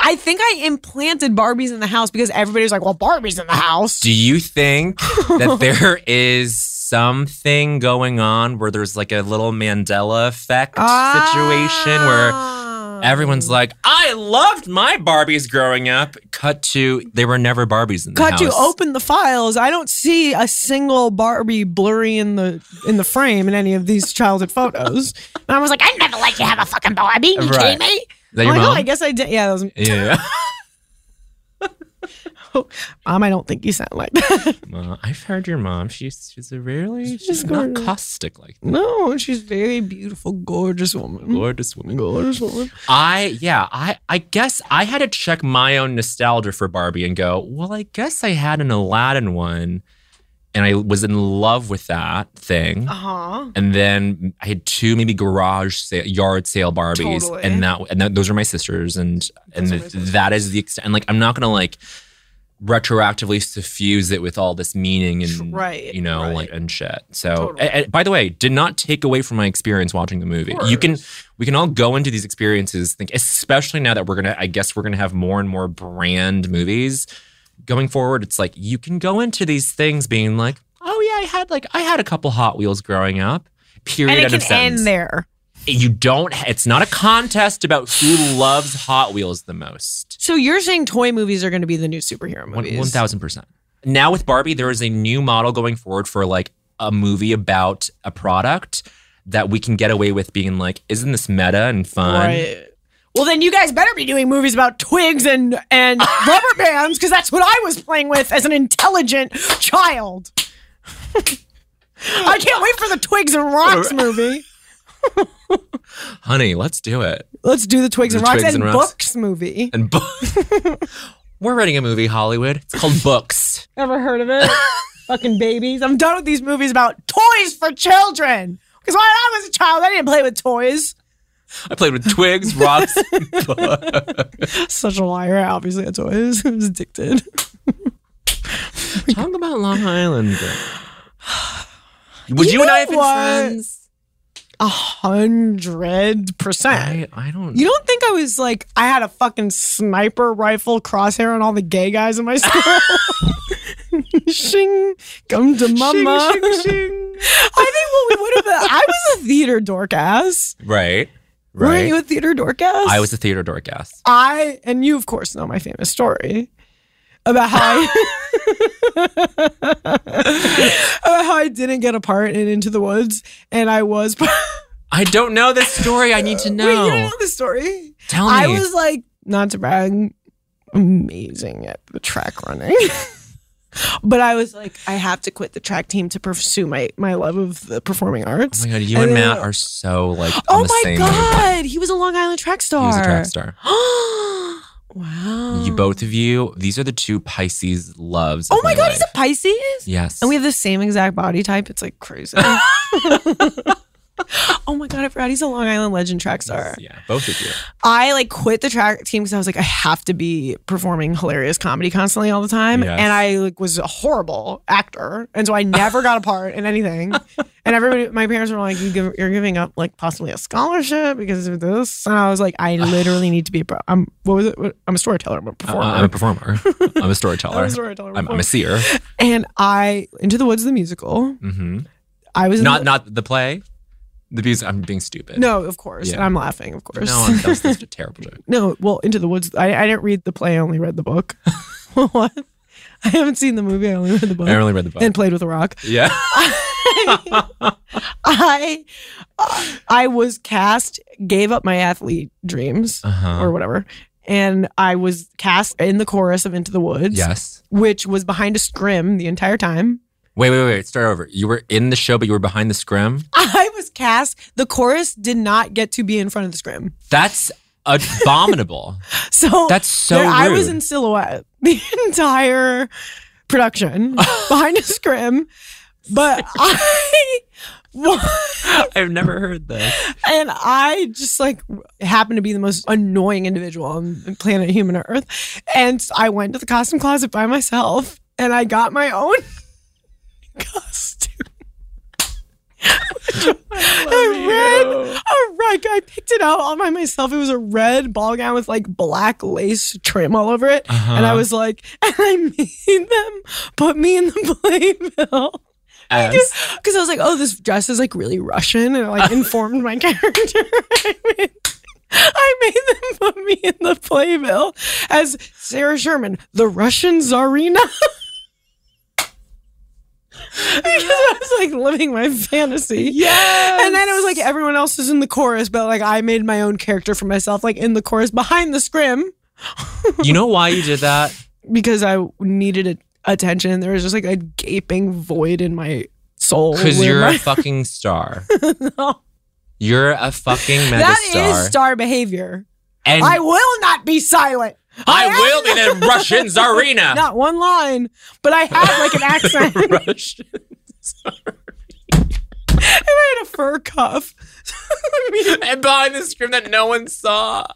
I think I implanted Barbies in the house because everybody was like, well, Barbie's in the house.
Do you think
(laughs)
that there is something going on where there's like a little Mandela effect situation where
Ah.
everyone's like, I loved my Barbies growing up? Cut to they were never Barbies in the
Cut
house.
you open the files. I don't see a single Barbie blurry in the in the frame in any of these childhood photos. And I was like, I never let you have a fucking Barbie. You
Right.
kidding me?
Is that your
I'm like, oh,
mom?
I guess I did. Yeah, that was,
yeah.
"Oh, Mom, I don't think you sound like that.
(laughs) Well, I've heard your mom. She's she's a really she's,
She's
not
gorgeous.
caustic like that.
No, she's very beautiful, gorgeous woman.
Gorgeous woman.
Gorgeous woman.
I yeah, I I guess I had to check my own nostalgia for Barbie and go, well, I guess I had an Aladdin one and I was in love with that thing.
Uh huh.
And then I had two maybe garage sale, yard sale Barbies,
Totally.
and that and that, those are my sisters, and and
Those are my
th- that is the extent. And like, I'm not gonna like retroactively suffuse it with all this meaning and
Right,
you know,
right.
like and shit. So,
Totally.
a- a- by the way, did not take away from my experience watching the movie. You can we can all go into these experiences, think especially now that we're gonna, I guess we're gonna have more and more brand movies going forward, it's like you can go into these things being like, oh yeah, I had like I had a couple Hot Wheels growing up. Period.
And it
end
can
of
end
sentence.
there.
You don't. It's not a contest about who loves Hot Wheels the most.
So you're saying toy movies are going to be the new superhero movies?
One thousand percent. Now with Barbie, there is a new model going forward for like a movie about a product that we can get away with being like, isn't this meta and fun?
Right. Well, then you guys better be doing movies about twigs and
(laughs)
and rubber bands because that's what I was playing with as an intelligent
(laughs)
child. I can't wait for the twigs and
(laughs)
rocks movie.
Honey, let's do it.
Let's do the twigs
The
and rocks
Twigs
and,
and Rocks.
books movie.
And bo-
(laughs)
we're writing a movie, Hollywood. It's called Books.
Ever heard of
(laughs)
it? Fucking babies. I'm done with these movies about toys for children. Because when I was a child, I didn't play with toys.
I played with twigs,
(laughs)
rocks,
Such a liar. Obviously, that's what I was, (laughs) I was addicted.
Talk about Long Island. Would you, and
know
I have been
what?
friends?
A hundred percent.
I, I don't.
You don't think I was like I had a fucking sniper rifle crosshair on all the gay guys in my (laughs) school? shing, come to mama. I think what we would have been. I was a theater dork ass.
right,
Weren't
right.
you a theater dork ass?
I was a theater dork ass.
I and you, of course, know my famous story about how
(laughs)
I, (laughs) about how I didn't get a part in Into the Woods, and I was. (laughs)
I don't know this story. I need to
Wait, you don't
know.
know the story?
Tell me.
I was like, not to brag, amazing at the track running. (laughs) but I was like, I have to quit the track team to pursue my my love of the performing
oh
arts.
my god, you and Matt are so like. on
Oh
the
my
same wavelength.
god, he was a Long Island track
He
star.
was a
(gasps)
track star.
wow.
You both of you. These are the two Pisces loves.
Oh
of
my god, he's a
life.
Pisces?
Yes.
And we have the same exact body type. It's like crazy.
(laughs)
oh my god, I forgot he's a Long Island legend track star.
Yeah, both of you.
I like quit the track team because I was like, I have to be performing hilarious comedy constantly all the time.
Yes.
And I like was a horrible actor. And so I never got a part
(laughs)
in anything. And everybody, my parents were like, you give, you're giving up like possibly a scholarship because of this. And I was like,
(sighs)
I literally need to be, a pro- I'm, what was it? What- I'm a storyteller. I'm a
Uh,
performer.
I'm a
(laughs)
performer. I'm a
I'm
storyteller.
a storyteller.
I'm, I'm a seer.
and I, Into the Woods, the musical,
hmm
I was in
Not
the-
not the play. The views. I'm being stupid.
no, of course.
Yeah.
And I'm laughing, of course. (laughs)
No, that was just a terrible joke.
No, well, Into the Woods. I, I didn't read the play. I only read
(laughs)
the book. (laughs) what? I haven't seen the movie. I only read the book
I only read the book.
and played with a rock.
(laughs) yeah.
I uh, I was cast, gave up my athlete dreams
Uh-huh.
or whatever, and I was cast in the chorus of Into the Woods,
yes.
which was behind a scrim the entire time. (laughs)
Wait, wait, wait. Start over. You were in the show, but you were behind the scrim.
I was cast. The chorus did not get to be in front of the scrim,
That's abominable.
so
That's so
there- I was
rude.
in silhouette (laughs) the entire
(laughs)
production behind a scrim, but I (laughs)
I've never heard this.
and I just like happened to be the most annoying individual on planet human Earth, and so I went to the costume closet by myself and I got my own (laughs) costume. I red, a red. I picked it out all by myself. It was a red ball gown with like black lace trim all over it, and I was like, (laughs) and I made them put me in the (laughs) playbill because (laughs) I was like, oh, this dress is like really Russian, and it like informed my (laughs) character. I made- (laughs) I made them put me in the playbill as Sarah Sherman, the Russian Tsarina. (laughs) because I was like living my fantasy.
Yes.
And then it was like everyone else is in the chorus, but like I made my own character for myself, like in the chorus behind the scrim.
you know why you did that?
because I needed a- attention. There was just like a gaping void in my soul.
Because
Oh, where
you're
my- (laughs)
a fucking star.
No.
You're a fucking megastar.
That is star behavior.
and
I will not be silent.
I
am-
will be
(laughs)
the Russian czarina.
Not one line, but I
(laughs)
had like an accent. I (laughs)
Russian.
had a fur cuff. (laughs)
and behind the screen that no one saw.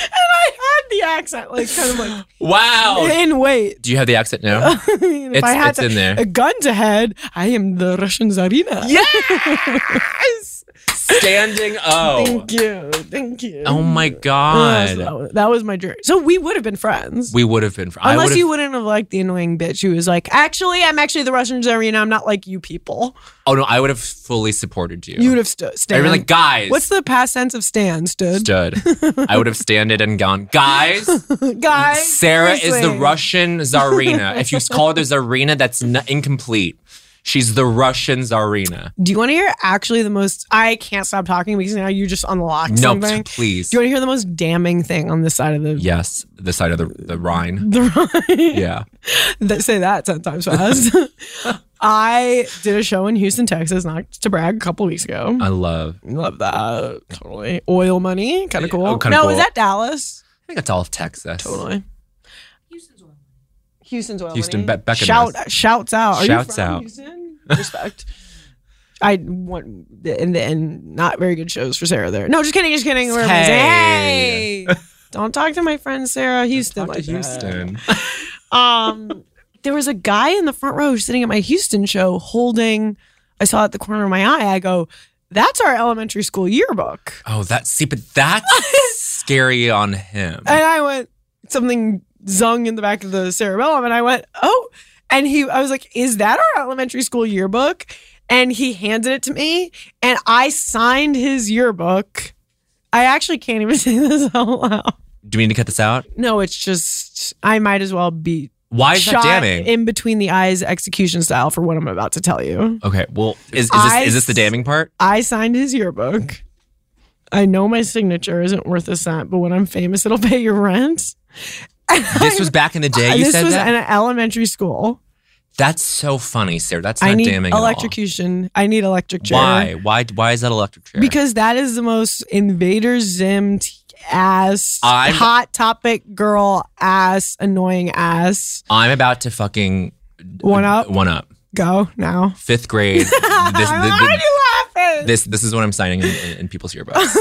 And I had the accent, like kind
(gasps)
of like
Wow.
in weight. (laughs)
Do you have the accent now?
I mean,
Oh.
if
It's-
I had
it's
to-
in there.
a gun to head, I am the Russian Tsarina.
Yes. Standing O.
Thank you. Thank you.
Oh my
Yes,
god.
that was, that was my dream. So we would have been friends.
We would have been. fr- I
Unless
would've-
you wouldn't have liked the annoying bitch who was like, actually, I'm actually the Russian Tsarina. I'm not like you people.
Oh no, I would have fully supported you.
You would have stu-
I'd
stand.
have been like, guys.
What's the past sense of stand, stood?
stood? I would have standed and gone,
(laughs)
guys.
Guys.
Sarah is the
seriously.
Russian czarina. if you call her
(laughs)
the czarina, that's n- incomplete. She's the Russian czarina.
Do you want to hear actually the most? I can't stop talking because now you just unlocked
No,
something. Do
please.
you want to hear the most damning thing on this side of the
Yes, the side of the, the Rhine.
(laughs) the Rhine?
Yeah.
(laughs) That- say that ten times fast. (laughs) I did a show in Houston, Texas, not to brag, a couple weeks ago.
I love.
Love that. Totally. Oil money. Kind of cool.
oh, kinda
no,
cool.
is that Dallas?
I think it's all of Texas.
Totally. Houston's oil.
Houston,
money.
Be- Becca
Shout shouts out. Are
Shouts
you from
out.
Houston?
(laughs)
Respect. I want the and, and not very good shows for Sarah there. No, just kidding, just kidding. We're
Hey.
hey. Don't talk to my friend Sarah Houston
Talk to
like that.
Houston.
Um, there was a guy in the front row sitting at my Houston show holding. I saw at the corner of my eye. I go, "That's our elementary school yearbook."
Oh, that's see, but
(laughs)
that's scary on him.
And I went, something zung in the back of the cerebellum. And I went, oh. And he, I was like, is that our elementary school yearbook? And he handed it to me and I signed his yearbook. I actually can't even (laughs) say this out loud.
Do we need to cut this out?
No, it's just, I might as well be
Why is
shot
that damning?
in between the eyes execution style for what I'm about to tell you.
okay, well, is, is this
I
is this the
s-
damning
(laughs)
part?
I signed his yearbook. I know my signature isn't worth a cent, but when I'm famous, it'll pay your rent.
This was back in the day.
Uh,
You
this
said
was
that.
in an elementary school.
that's so funny, Sarah. That's not
I need
damning. at all.
electrocution. I need electric chair.
Why? Why? Why is that electric chair?
Because that is the most invader zimmed ass
I'm-
hot topic girl ass annoying ass.
I'm about to fucking
One up.
One up.
Go now.
Fifth
(laughs)
grade. this,
I'm
the-
already
the-
laughing.
this this is what I'm signing in, in, in people's yearbooks.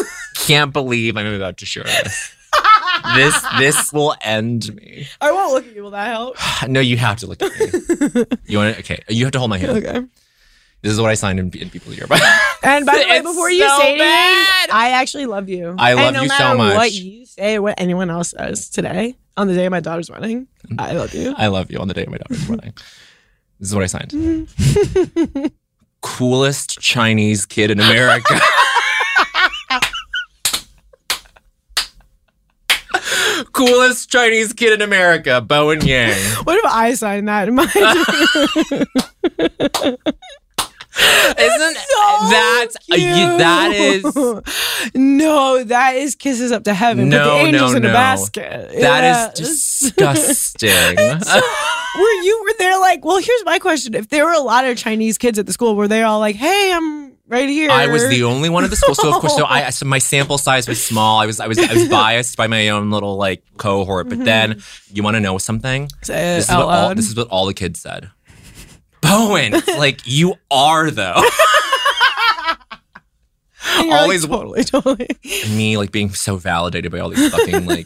Can't believe I'm about to share this. This this will end me.
I won't look at you. Will that help?
No, you have to look at me. You want to? Okay, you have to hold my hand.
Okay.
This is what I signed in, in people's yearbook.
And by the way,
It's
before you
so
say anything,
bad.
I actually love you.
I
And
love
no
you so
matter
much.
What you say, what anyone else says today on the day of my daughter's wedding, I
(laughs)
love you.
(laughs) I love you on the day of my daughter's wedding. This is what I signed. Coolest Chinese kid in America. Coolest Chinese kid in America, Bowen Yang.
What if I signed that in
(laughs)
my?
Isn't
so
that uh,
cute.
that is
no, that is kisses up to heaven. No,
No,
the angels
no,
in
no.
a basket.
that is
Yes. (laughs)
disgusting.
were you were there like? Well, here's my question: If there were a lot of Chinese kids at the school, were they all like, "Hey, I'm right here"?
I was the only one at the school, so of course, so I so my sample size was small. I was I was I
(laughs)
was biased by my own little like cohort. But then you want to know something?
Say it
This is,
Mm-hmm. Uh, out
what all,
loud.
this is what all the kids said. Bowen,
(laughs)
it's like you are though. (laughs)
And (laughs) you're like,
always-
totally, totally.
And me like being so validated by all these fucking
(laughs)
like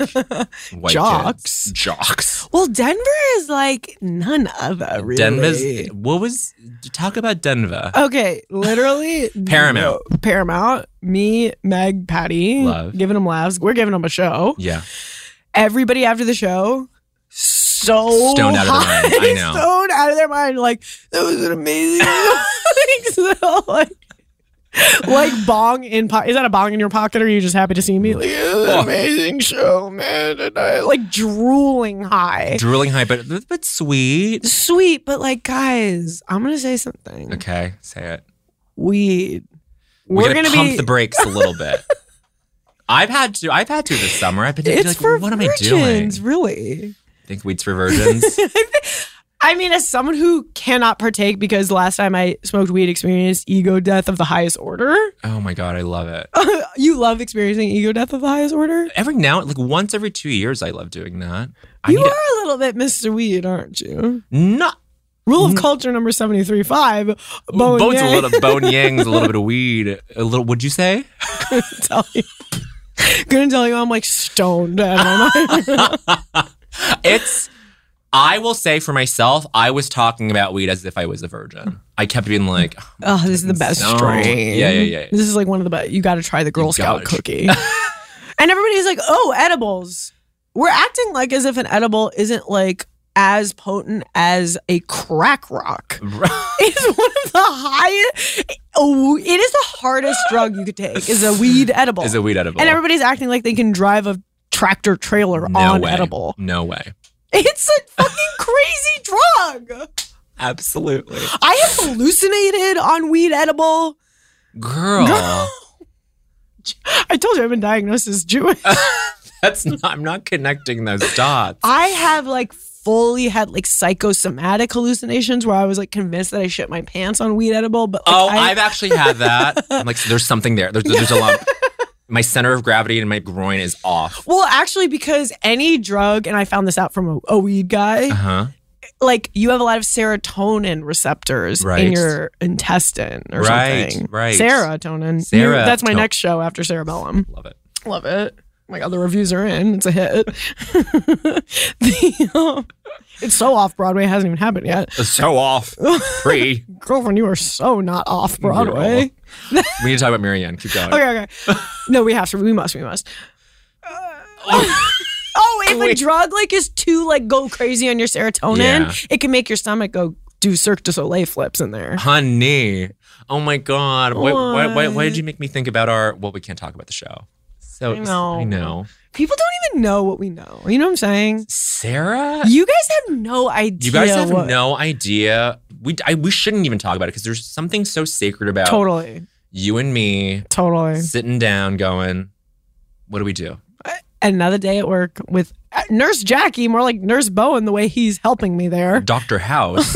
white
Jocks.
kids. jocks.
Well, Denver is like none other. Really. Oh.
Denver's. What was? Talk about Denver.
Okay, literally
(laughs) Paramount.
no- Paramount. Me, Meg, Patty,
Love.
giving them laughs. We're giving them a show.
Yeah,
everybody after the show so
Stoned out of their
high,
mind.
(laughs)
I know.
stoned out of their mind. Like that was an
(laughs)
amazing. (laughs) like, so, like, like bong in po- is that a bong in your pocket or are you just happy to see me? Like it was an amazing show, man. And I, like drooling high,
drooling high, but but sweet.
sweet, but like guys, I'm gonna say something.
Okay, say it.
Weed.
we
We're
gotta
gonna
pump
be.
the brakes a little
(laughs)
bit. I've had to. I've had to this summer. I've been
it's
like,
for
what am I doing?
virgins, really.
Think weed's for
(laughs)
virgins.
I mean, as someone who cannot partake because last time I smoked weed experienced ego death of the highest order. (laughs)
oh my god, I love it.
Oh. you love experiencing ego death of the highest order?
Every now, like once every two years, I love doing that. I
You
need
are
to
a little bit Mr. Weed, aren't you?
not.
Rule of culture number 73.5.
Mm-hmm. Bones
Bowen
a
Yang, (laughs)
little bone yangs, a little bit of weed, a little. Would you say?
tell you. Gonna tell you I'm like stoned. I
(laughs)
don't know.
It's. I will say for myself, I was talking about weed as if I was a virgin. I kept being like, (laughs)
Oh, this is the best
No.
strain.
Yeah, yeah, yeah.
This is like one of the best. You got to try the Girl Scout
gotta- (laughs)
cookie. and everybody's like, oh, edibles. We're acting like as if an edible isn't like as potent as a crack rock. (laughs) It's one of the highest. Oh, it is the hardest drug you could take.
(laughs)
Is a weed edible.
"Is a weed edible?"
And everybody's acting like they can drive a tractor trailer
no
on
way.
edible.
No way.
It's a fucking crazy drug.
Absolutely,
I have hallucinated on weed edible.
girl.
(laughs) I told you I've been diagnosed as Jewish.
(laughs) That's not. I'm not connecting those dots.
(laughs) I have like fully had like psychosomatic hallucinations where I was like convinced that I shit my pants on weed edible, but like,
Oh,
I,
I've actually had that. I'm like, there's something there. There's, there's a
(laughs)
lump. My center of gravity and my groin is off.
well actually because any drug, and I found this out from a, a weed guy,
Uh huh.
like you have a lot of serotonin receptors in
Right.
your intestine or
Right,
something.
right.
Serotonin. You- That's my
Seroto-
next show after cerebellum.
Love it.
Love it. Oh my god, the reviews are in. It's a hit. (laughs) The, um, it's so off Broadway. It hasn't even happened yet.
It's so off. Free.
Girlfriend, you are so not off Broadway.
We need to talk about Marianne. Keep going.
(laughs) Okay, okay. No, we have to. We must. We must. Uh, (laughs) oh, if a drug like is too like go crazy on your serotonin,
Yeah.
it can make your stomach go do Cirque du Soleil flips in there.
Honey. Oh my God. Why, why, why, why
What?
did you make me think about our. Well, we can't talk about the show. So
I know.
I know.
People don't even know what we know. You know what I'm saying?
Sarah?
You guys have no idea.
You guys have
what-
no idea. We, I, we shouldn't even talk about it because there's something so sacred about
Totally,
you and me
totally.
sitting down going, what do we do?
Another day at work with uh, Nurse Jackie, more like Nurse Bowen, the way he's helping me there.
Dr. House.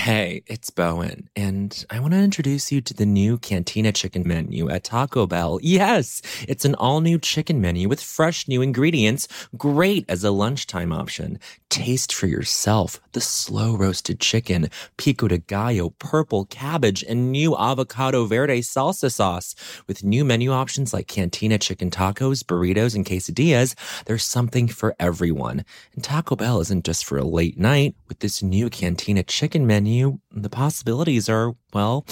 Hey, it's Bowen, and I want to introduce you to the new Cantina Chicken menu at Taco Bell. Yes, it's an all new chicken menu with fresh new ingredients, great as a lunchtime option. Taste for yourself the slow roasted chicken, pico de gallo, purple cabbage, and new avocado verde salsa sauce. With new menu options like Cantina Chicken tacos, burritos, and quesadillas, there's something for everyone. And Taco Bell isn't just for a late night. With this new Cantina chicken menu, the possibilities are, well,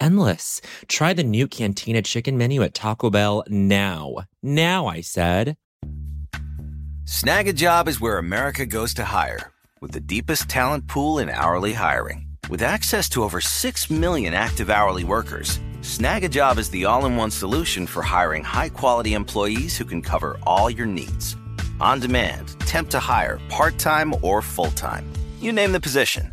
endless. Try the new Cantina chicken menu at Taco Bell now. Now, I said.
Snag a job is where America goes to hire, with the deepest talent pool in hourly hiring. With access to over 6 million active hourly workers, Snag a job is the all in one solution for hiring high quality employees who can cover all your needs. On demand, temp to hire, part time or full time. You name the position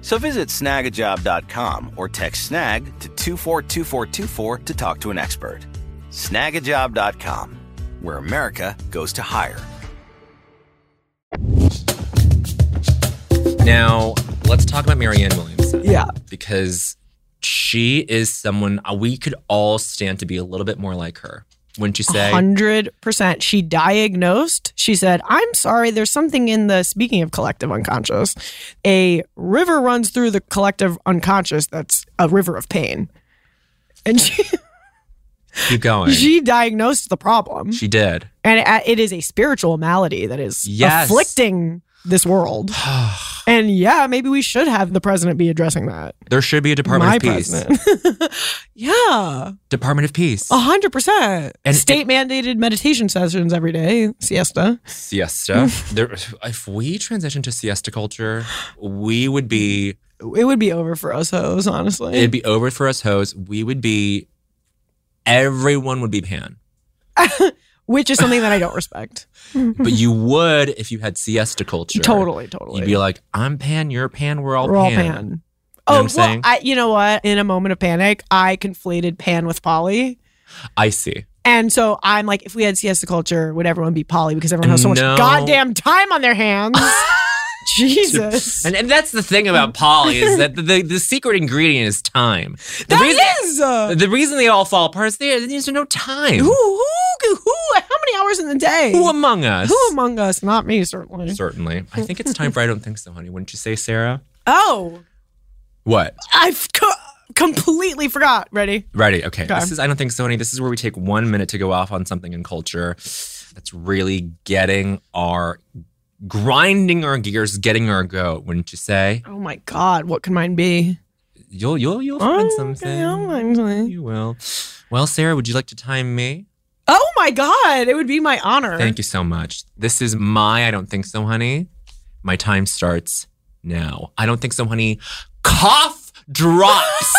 So visit snagajob.com or text snag to 242424 to talk to an expert. Snagajob.com, where America goes to hire.
Now, let's talk about Marianne Williamson.
Yeah.
Because she is someone uh, we could all stand to be a little bit more like her. Wouldn't you say?
Hundred percent. She diagnosed. She said, "I'm sorry. There's something in the speaking of collective unconscious. A river runs through the collective unconscious. That's a river of pain." And she (laughs)
Keep going.
she diagnosed the problem,
she did.
and it- it is a spiritual malady that is
Yes.
afflicting
(sighs)
this world. And yeah, maybe we should have the president be addressing that.
there should be a Department
My
of Peace.
president. (laughs) Oh. yeah,
Department of Peace.
hundred percent.
And-
State mandated meditation sessions every day, siesta. (laughs)
Siesta. there, if we transitioned to siesta culture, we would be,
it would be over for us hoes, honestly.
it'd be over for us hoes. We would be, everyone would be pan.
Which is something that I
(laughs)
don't respect.
But you would if you had siesta culture.
Mm-hmm. Totally, totally.
You'd be like, I'm pan, you're pan, we're all
We're all
pan.
pan.
know what
Oh,
I'm
well,
saying?
I, you know what? In a moment of panic, I conflated pan with poly.
I see.
And so I'm like, if we had siesta culture, would everyone be poly because everyone has so much
No.
goddamn time on
(laughs)
their hands? Jesus.
And, and that's the thing about Polly is that the, the, the secret ingredient is time. The
that
reason,
is, uh,
the reason they all fall apart is there, there's no time.
who, who, who, how many hours in the day?
Who among us?
Who among us? Not me,
(laughs)
certainly.
Certainly. I think it's time for I don't think so, honey. Wouldn't you say, Sarah?
Oh,
What?
I've co- completely forgot. Ready?
Ready. Okay.
Okay.
This is I don't think so, honey. This is where we take one minute to go off on something in culture that's really getting our grinding our gears, getting our goat, wouldn't you say?
Oh my God, what could mine be?
You'll you'll you'll find
Okay,
something.
I'll find something.
You will. Well, Sarah, would you like to time me?
Oh my God, it would be my honor.
Thank you so much. This is my I don't think so, honey. My time starts now. I don't think so, honey. Cough drops.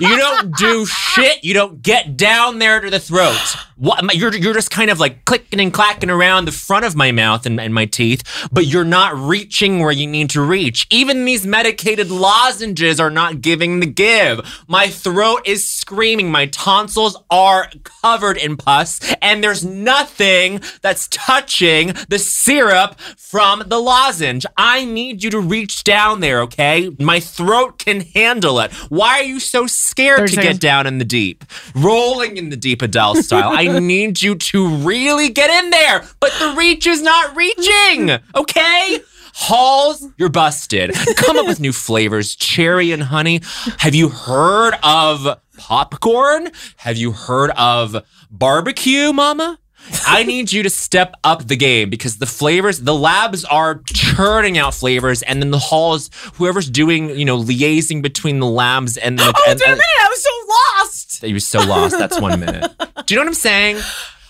you don't do shit. You don't get down there to the throat. What, my- you're, you're just kind of like clicking and clacking around the front of my mouth and, and my teeth, but you're not reaching where you need to reach. Even these medicated lozenges are not giving the give. My throat is screaming. My tonsils are covered in pus, and there's nothing that's touching the syrup from the lozenge. I need you to reach down there, okay? My throat can handle it. Why are you so scared to
30
get
seconds.
down in the deep? Rolling in the deep Adele style. I need you to really get in there, but the reach is not reaching, okay? Halls, you're busted. Come up with new flavors, cherry and honey. Have you heard of popcorn? Have you heard of barbecue, mama? I need you to step up the game because the flavors, the labs are churning out flavors, and then the halls, whoever's doing, you know, liaising between the labs and the.
Oh,
and-
wait a
and-
minute, I was so lost.
that you're so lost. That's one minute. Do you know what I'm saying?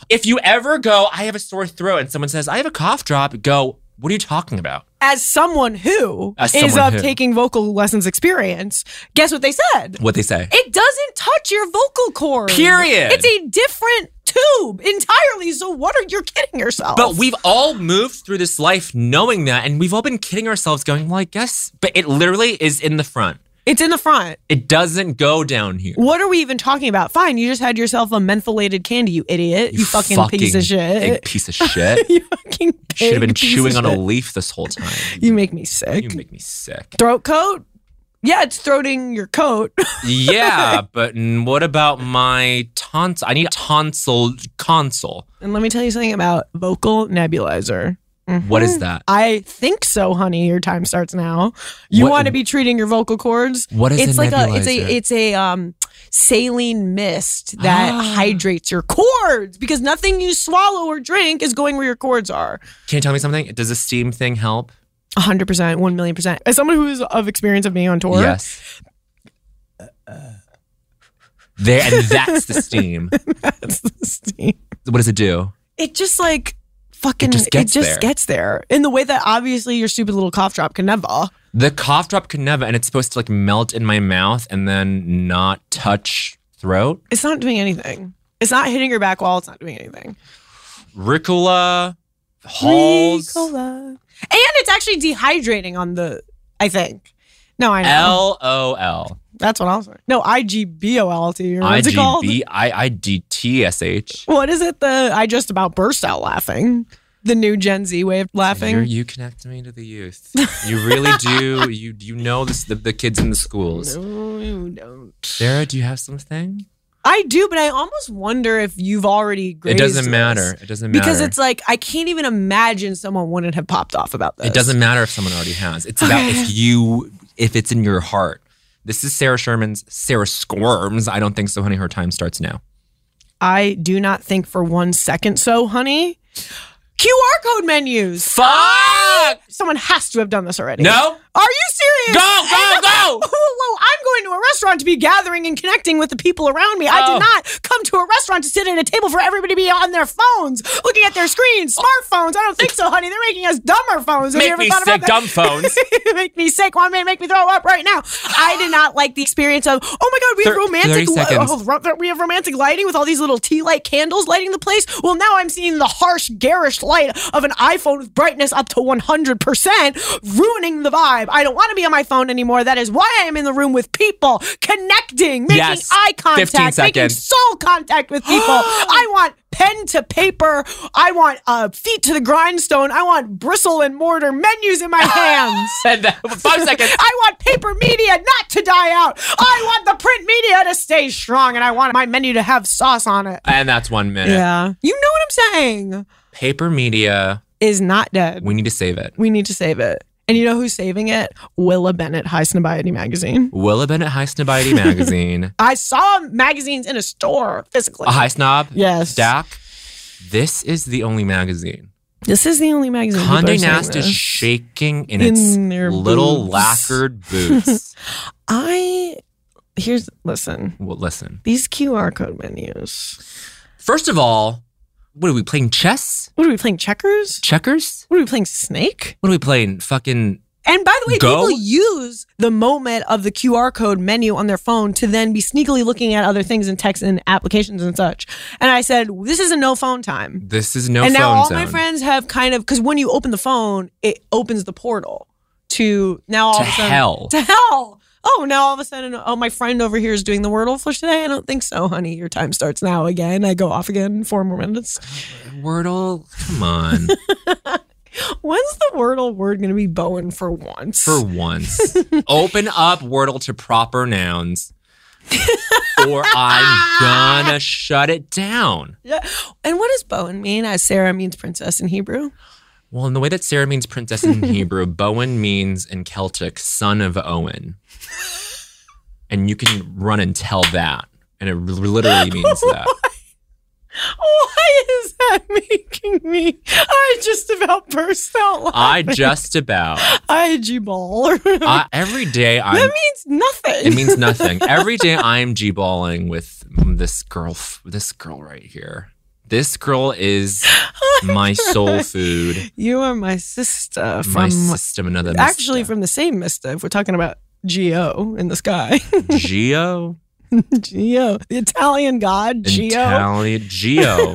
If you ever go, I have a sore throat, and someone says, I have a cough drop, go, what are you talking about?
As someone who
As
is
someone
of
who-
taking vocal lessons experience, guess what they said?
What they say.
It doesn't touch your vocal cord.
Period.
It's a different tube entirely. So what are you kidding yourself?
But we've all moved through this life knowing that, and we've all been kidding ourselves, going, well, I guess, but it literally is in the front.
it's in the front.
It doesn't go down here.
What are we even talking about? Fine, you just had yourself a mentholated candy, you idiot. You, fucking, piece of
Big
shit.
piece of shit.
(laughs) you fucking
Should have been
pig piece
chewing
of
on a
shit.
leaf this whole time.
(laughs) You make me sick.
You make me sick.
throat coat? Yeah, it's throating your coat. (laughs)
yeah, but n- what about my tonsil? I need tonsil console.
and let me tell you something about vocal nebulizer.
What is that?
I think so, honey. Your time starts now. You
What-
want to be treating your vocal cords.
What is
it's
a
like a
nebulizer?
it's a it's a um saline mist that
Ah.
hydrates your cords because nothing you swallow or drink is going where your cords are.
Can you tell me something? Does the steam thing help?
100%, 1 million percent. As someone who's of experience of being on tour, (laughs)
yes. There and that's
(laughs)
the steam.
that's the steam.
What does it do?
it just like fucking
It
it
just
just,
gets
gets,
there.
there in the way that obviously your stupid little cough drop can never.
The cough drop can never, and it's supposed to like melt in my mouth and then not touch throat.
It's not doing anything. It's not hitting your back wall. It's not doing anything.
Ricola, Halls,
Ricola. And it's actually dehydrating on the. I think. No, I know.
L O L,
That's what I'll say. No, I G B O L T. or
I
What's it
G
called?
B I I D T S H.
What is it? The I just about burst out laughing. the new Gen Z way of laughing.
You're, you connect me to the youth. You really
(laughs)
do. You you know this the, the kids in the schools.
No, you don't.
Sarah, do you have something?
I do, but I almost wonder if you've already.
It
grazed
doesn't
this.
matter. It doesn't matter.
because it's like I can't even imagine someone wouldn't have popped off about this.
It doesn't matter if someone already has. It's about if you if it's in your heart. This is Sarah Sherman's Sarah Squirms. I don't think so, honey. Her time starts now.
I do not think for one second so, honey. QR code menus.
Fuck!
Someone has to have done this already. (laughs)
No?
Are you serious?
Go, go, go!
(laughs) Hello, I'm going to a restaurant to be gathering and connecting with the people around me. I
Oh.
did not come to a restaurant to sit at a table for everybody to be on their phones, looking at their screens, smartphones. I don't think so, honey. They're making us dumber phones. Have you
Make
ever
me
thought about
sick
that?
dumb
(laughs)
phones.
make me sick. One may make me throw up right now. I did not like the experience of, oh my God, we have
Thir- 30
romantic li-
seconds.
oh, ro- we have romantic lighting with all these little tea light candles lighting the place. Well, now I'm seeing the harsh, garish light of an iPhone with brightness up to 100%, ruining the vibe. I don't want to be on my phone anymore. That is why I am in the room with people, connecting, making
Yes.
eye
15
contact, making
seconds.
soul contact
(gasps)
with people. I want pen to paper. I want uh, feet to the grindstone. I want bristle and mortar
(laughs)
menus in my hands.
And then- five seconds.
(laughs) I want paper media not to die out. I want the print media to stay strong, and I want my menu to have sauce on it.
(laughs) And that's one minute.
Yeah. You know what I'm saying?
Paper media.
Is not dead.
We need to save it.
We need to save it. And you know who's saving it? Willa Bennett, High Snobiety Magazine.
Willa Bennett High Snobiety (laughs) magazine.
I saw magazines in a store physically.
A high snob.
Yes.
Stack. This is the only magagazine.
This is the only magazine. people are
Condé
saying
Nast is
this.
shaking in,
In
its
their
little
boots.
lacquered
(laughs)
boots.
I here's listen.
well, listen.
These QR code menus.
First of all, what are we playing? Chess?
What are we playing? Checkers?
Checkers?
What are we playing? Snake?
What are we playing? Fucking
And by the way,
Go?
people use the moment of the QR code menu on their phone to then be sneakily looking at other things and texts and applications and such. And I said, this is a no phone time.
this is no
and
phone
now all
zone.
my friends have kind of because when you open the phone, it opens the portal to now all
to
of a sudden,
hell.
to hell. Oh, now all of a sudden, oh, my friend over here is doing the word flush today. I don't think so, honey. Your time starts now again. I go off again in four more minutes.
Wordle. Come
(laughs)
on.
When's the Wordle word going to be Bowen for once?
For once. Open up Wordle to proper nouns. or I'm gonna shut it down.
Yeah. And what does Bowen mean? As Sarah means princess in Hebrew.
Well, in the way that Sarah means princess
(laughs)
in Hebrew, Bowen means in Celtic son of Owen. And you can run and tell that. And it literally means
(laughs)
that.
Why is that (laughs) making me? I just about burst out laughing.
I just about.
I G-ball.
I, every day
that
I'm
means nothing.
It means nothing. Every day I'm G balling with this girl, f- this girl right here. This girl
(laughs)
is my soul food,
(laughs) you are my sister
my
from
system, another
actually from the same mister. If we're talking about Geo in the sky,
from
(laughs)
Geo,
Geo, the Italian god Geo.
Italian
(laughs)
Geo.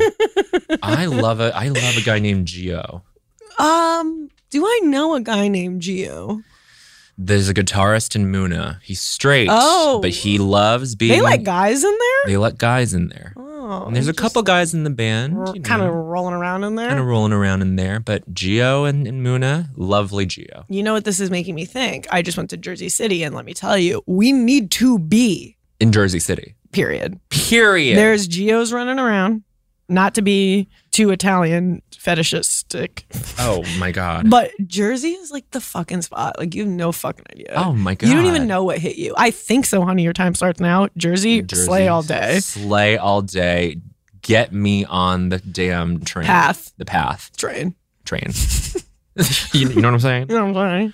I love a I love a guy named Geo.
um, do I know a guy named Geo?
There's a guitarist in Muna. He's straight,
Oh.
but he loves being.
They like guys in there.
they let guys in there.
Oh,
and there's a couple guys in the band,
kind of rolling around in there.
kind of rolling around in there. But Geo and, and Muna, lovely Geo.
you know what this is making me think? I just went to Jersey City, and let me tell you, we need to be.
in Jersey City.
Period.
Period.
There's geos running around, not to be too Italian fetishistic,
oh my god.
but Jersey is like the fucking spot. Like you have no fucking idea.
oh my god.
you don't even know what hit you. I think so, honey. Your time starts now. Jersey,
Jersey,
slay all day.
Slay all day. Get me on the damn train.
Path
The path
train. (laughs)
train. (laughs) you, you know what I'm saying?
You know what I'm saying?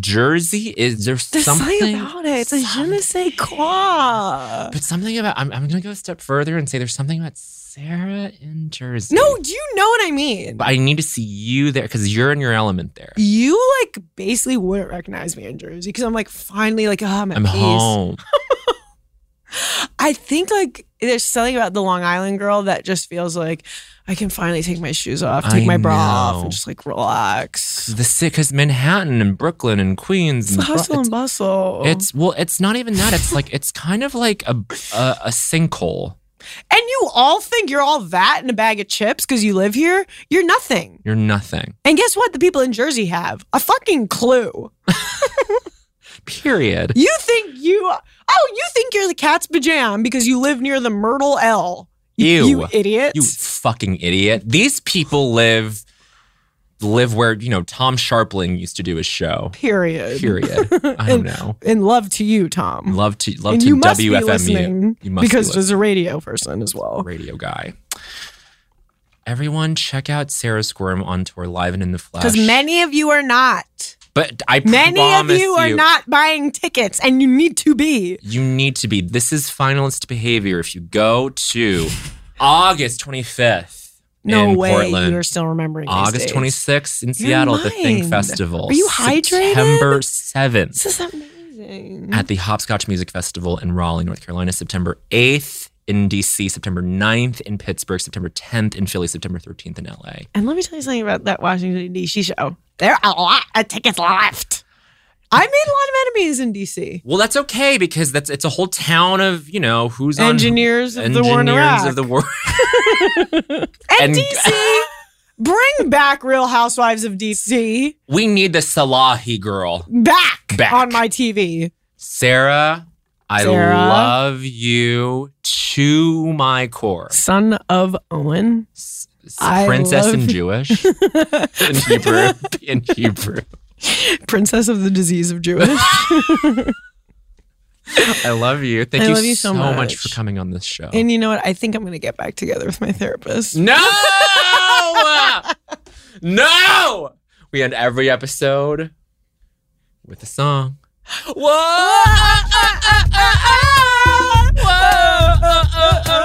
Jersey is there's
There's
something
something about it. It's a je
something-
ne sais quoi.
But something about I'm, I'm gonna go a step further and say there's something about Sarah in Jersey.
No, you know what I mean.
but I need to see you there because you're in your element there.
you like basically wouldn't recognize me in Jersey because I'm like finally like oh, I'm at
I'm
peace.
home.
I think like there's something about the Long Island girl that just feels like I can finally take my shoes off, take
I
my bra off,
know.
and just like relax.
The sick is Manhattan and Brooklyn and Queens.
It's
and
the
Bro-
hustle
it's-
and bustle.
It's well, it's not even that. It's like it's kind of like a a, a sinkhole.
And you all think you're all that in a bag of chips because you live here? You're nothing.
You're nothing.
And guess what? The people in Jersey have a fucking clue.
Period.
You think you oh, you think you're the cat's pajam because you live near the Myrtle L.
Ew.
You idiots.
You fucking idiot. These people live live where, you know, Tom Sharpling used to do his show.
period.
Period. I don't know.
(laughs) And love to you, Tom.
Love to love
and
to
you must be
WFMU.
listening
You must
because
be listening.
there's a radio person as well.
radio guy. Everyone, check out Sarah Squirm on tour live and in the flesh.
Because many of you are not.
but I
Many of
promise
you are not buying tickets, and you need to be.
You need to be. This is finalist behavior. If you go to August 25th
No
in
way
Portland,
you're still remembering. these
August
dates.
26th in Seattle at the Thing
mind.
Festival.
Are you hydrated?
September
This
7th
is amazing.
at the Hopscotch Music Festival in Raleigh, North Carolina. September 8th in DC. September 9th in Pittsburgh. September 10th in Philly. September 13th in LA.
And let me tell you something about that Washington D.C. show. There are a lot of tickets left. I made a lot of enemies in D.C.
Well, that's okay because that's it's a whole town of you know who's on
Engineers of the war in
engineers
Iraq.
of the war. (laughs)
and
and-
(laughs) D.C. bring back Real Housewives of D.C.
We need the Salahi girl.
Back,
Back.
on my TV.
Sarah, I
Sarah.
love you to my core.
Son of Owen.
S- s-
I
Princess
love
in
you. (laughs)
Jewish. in Hebrew. In Hebrew.
Princess of the Disease of Jewish. (laughs)
I love you. Thank
I
you,
love you so
so much.
much.
for coming on this show.
and you know what? I think I'm going to get back together with my therapist.
no!
(laughs)
no! We end every episode with a song.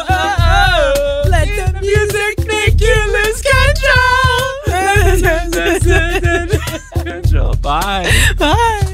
Let the music make you lose control.
Bye.
Bye.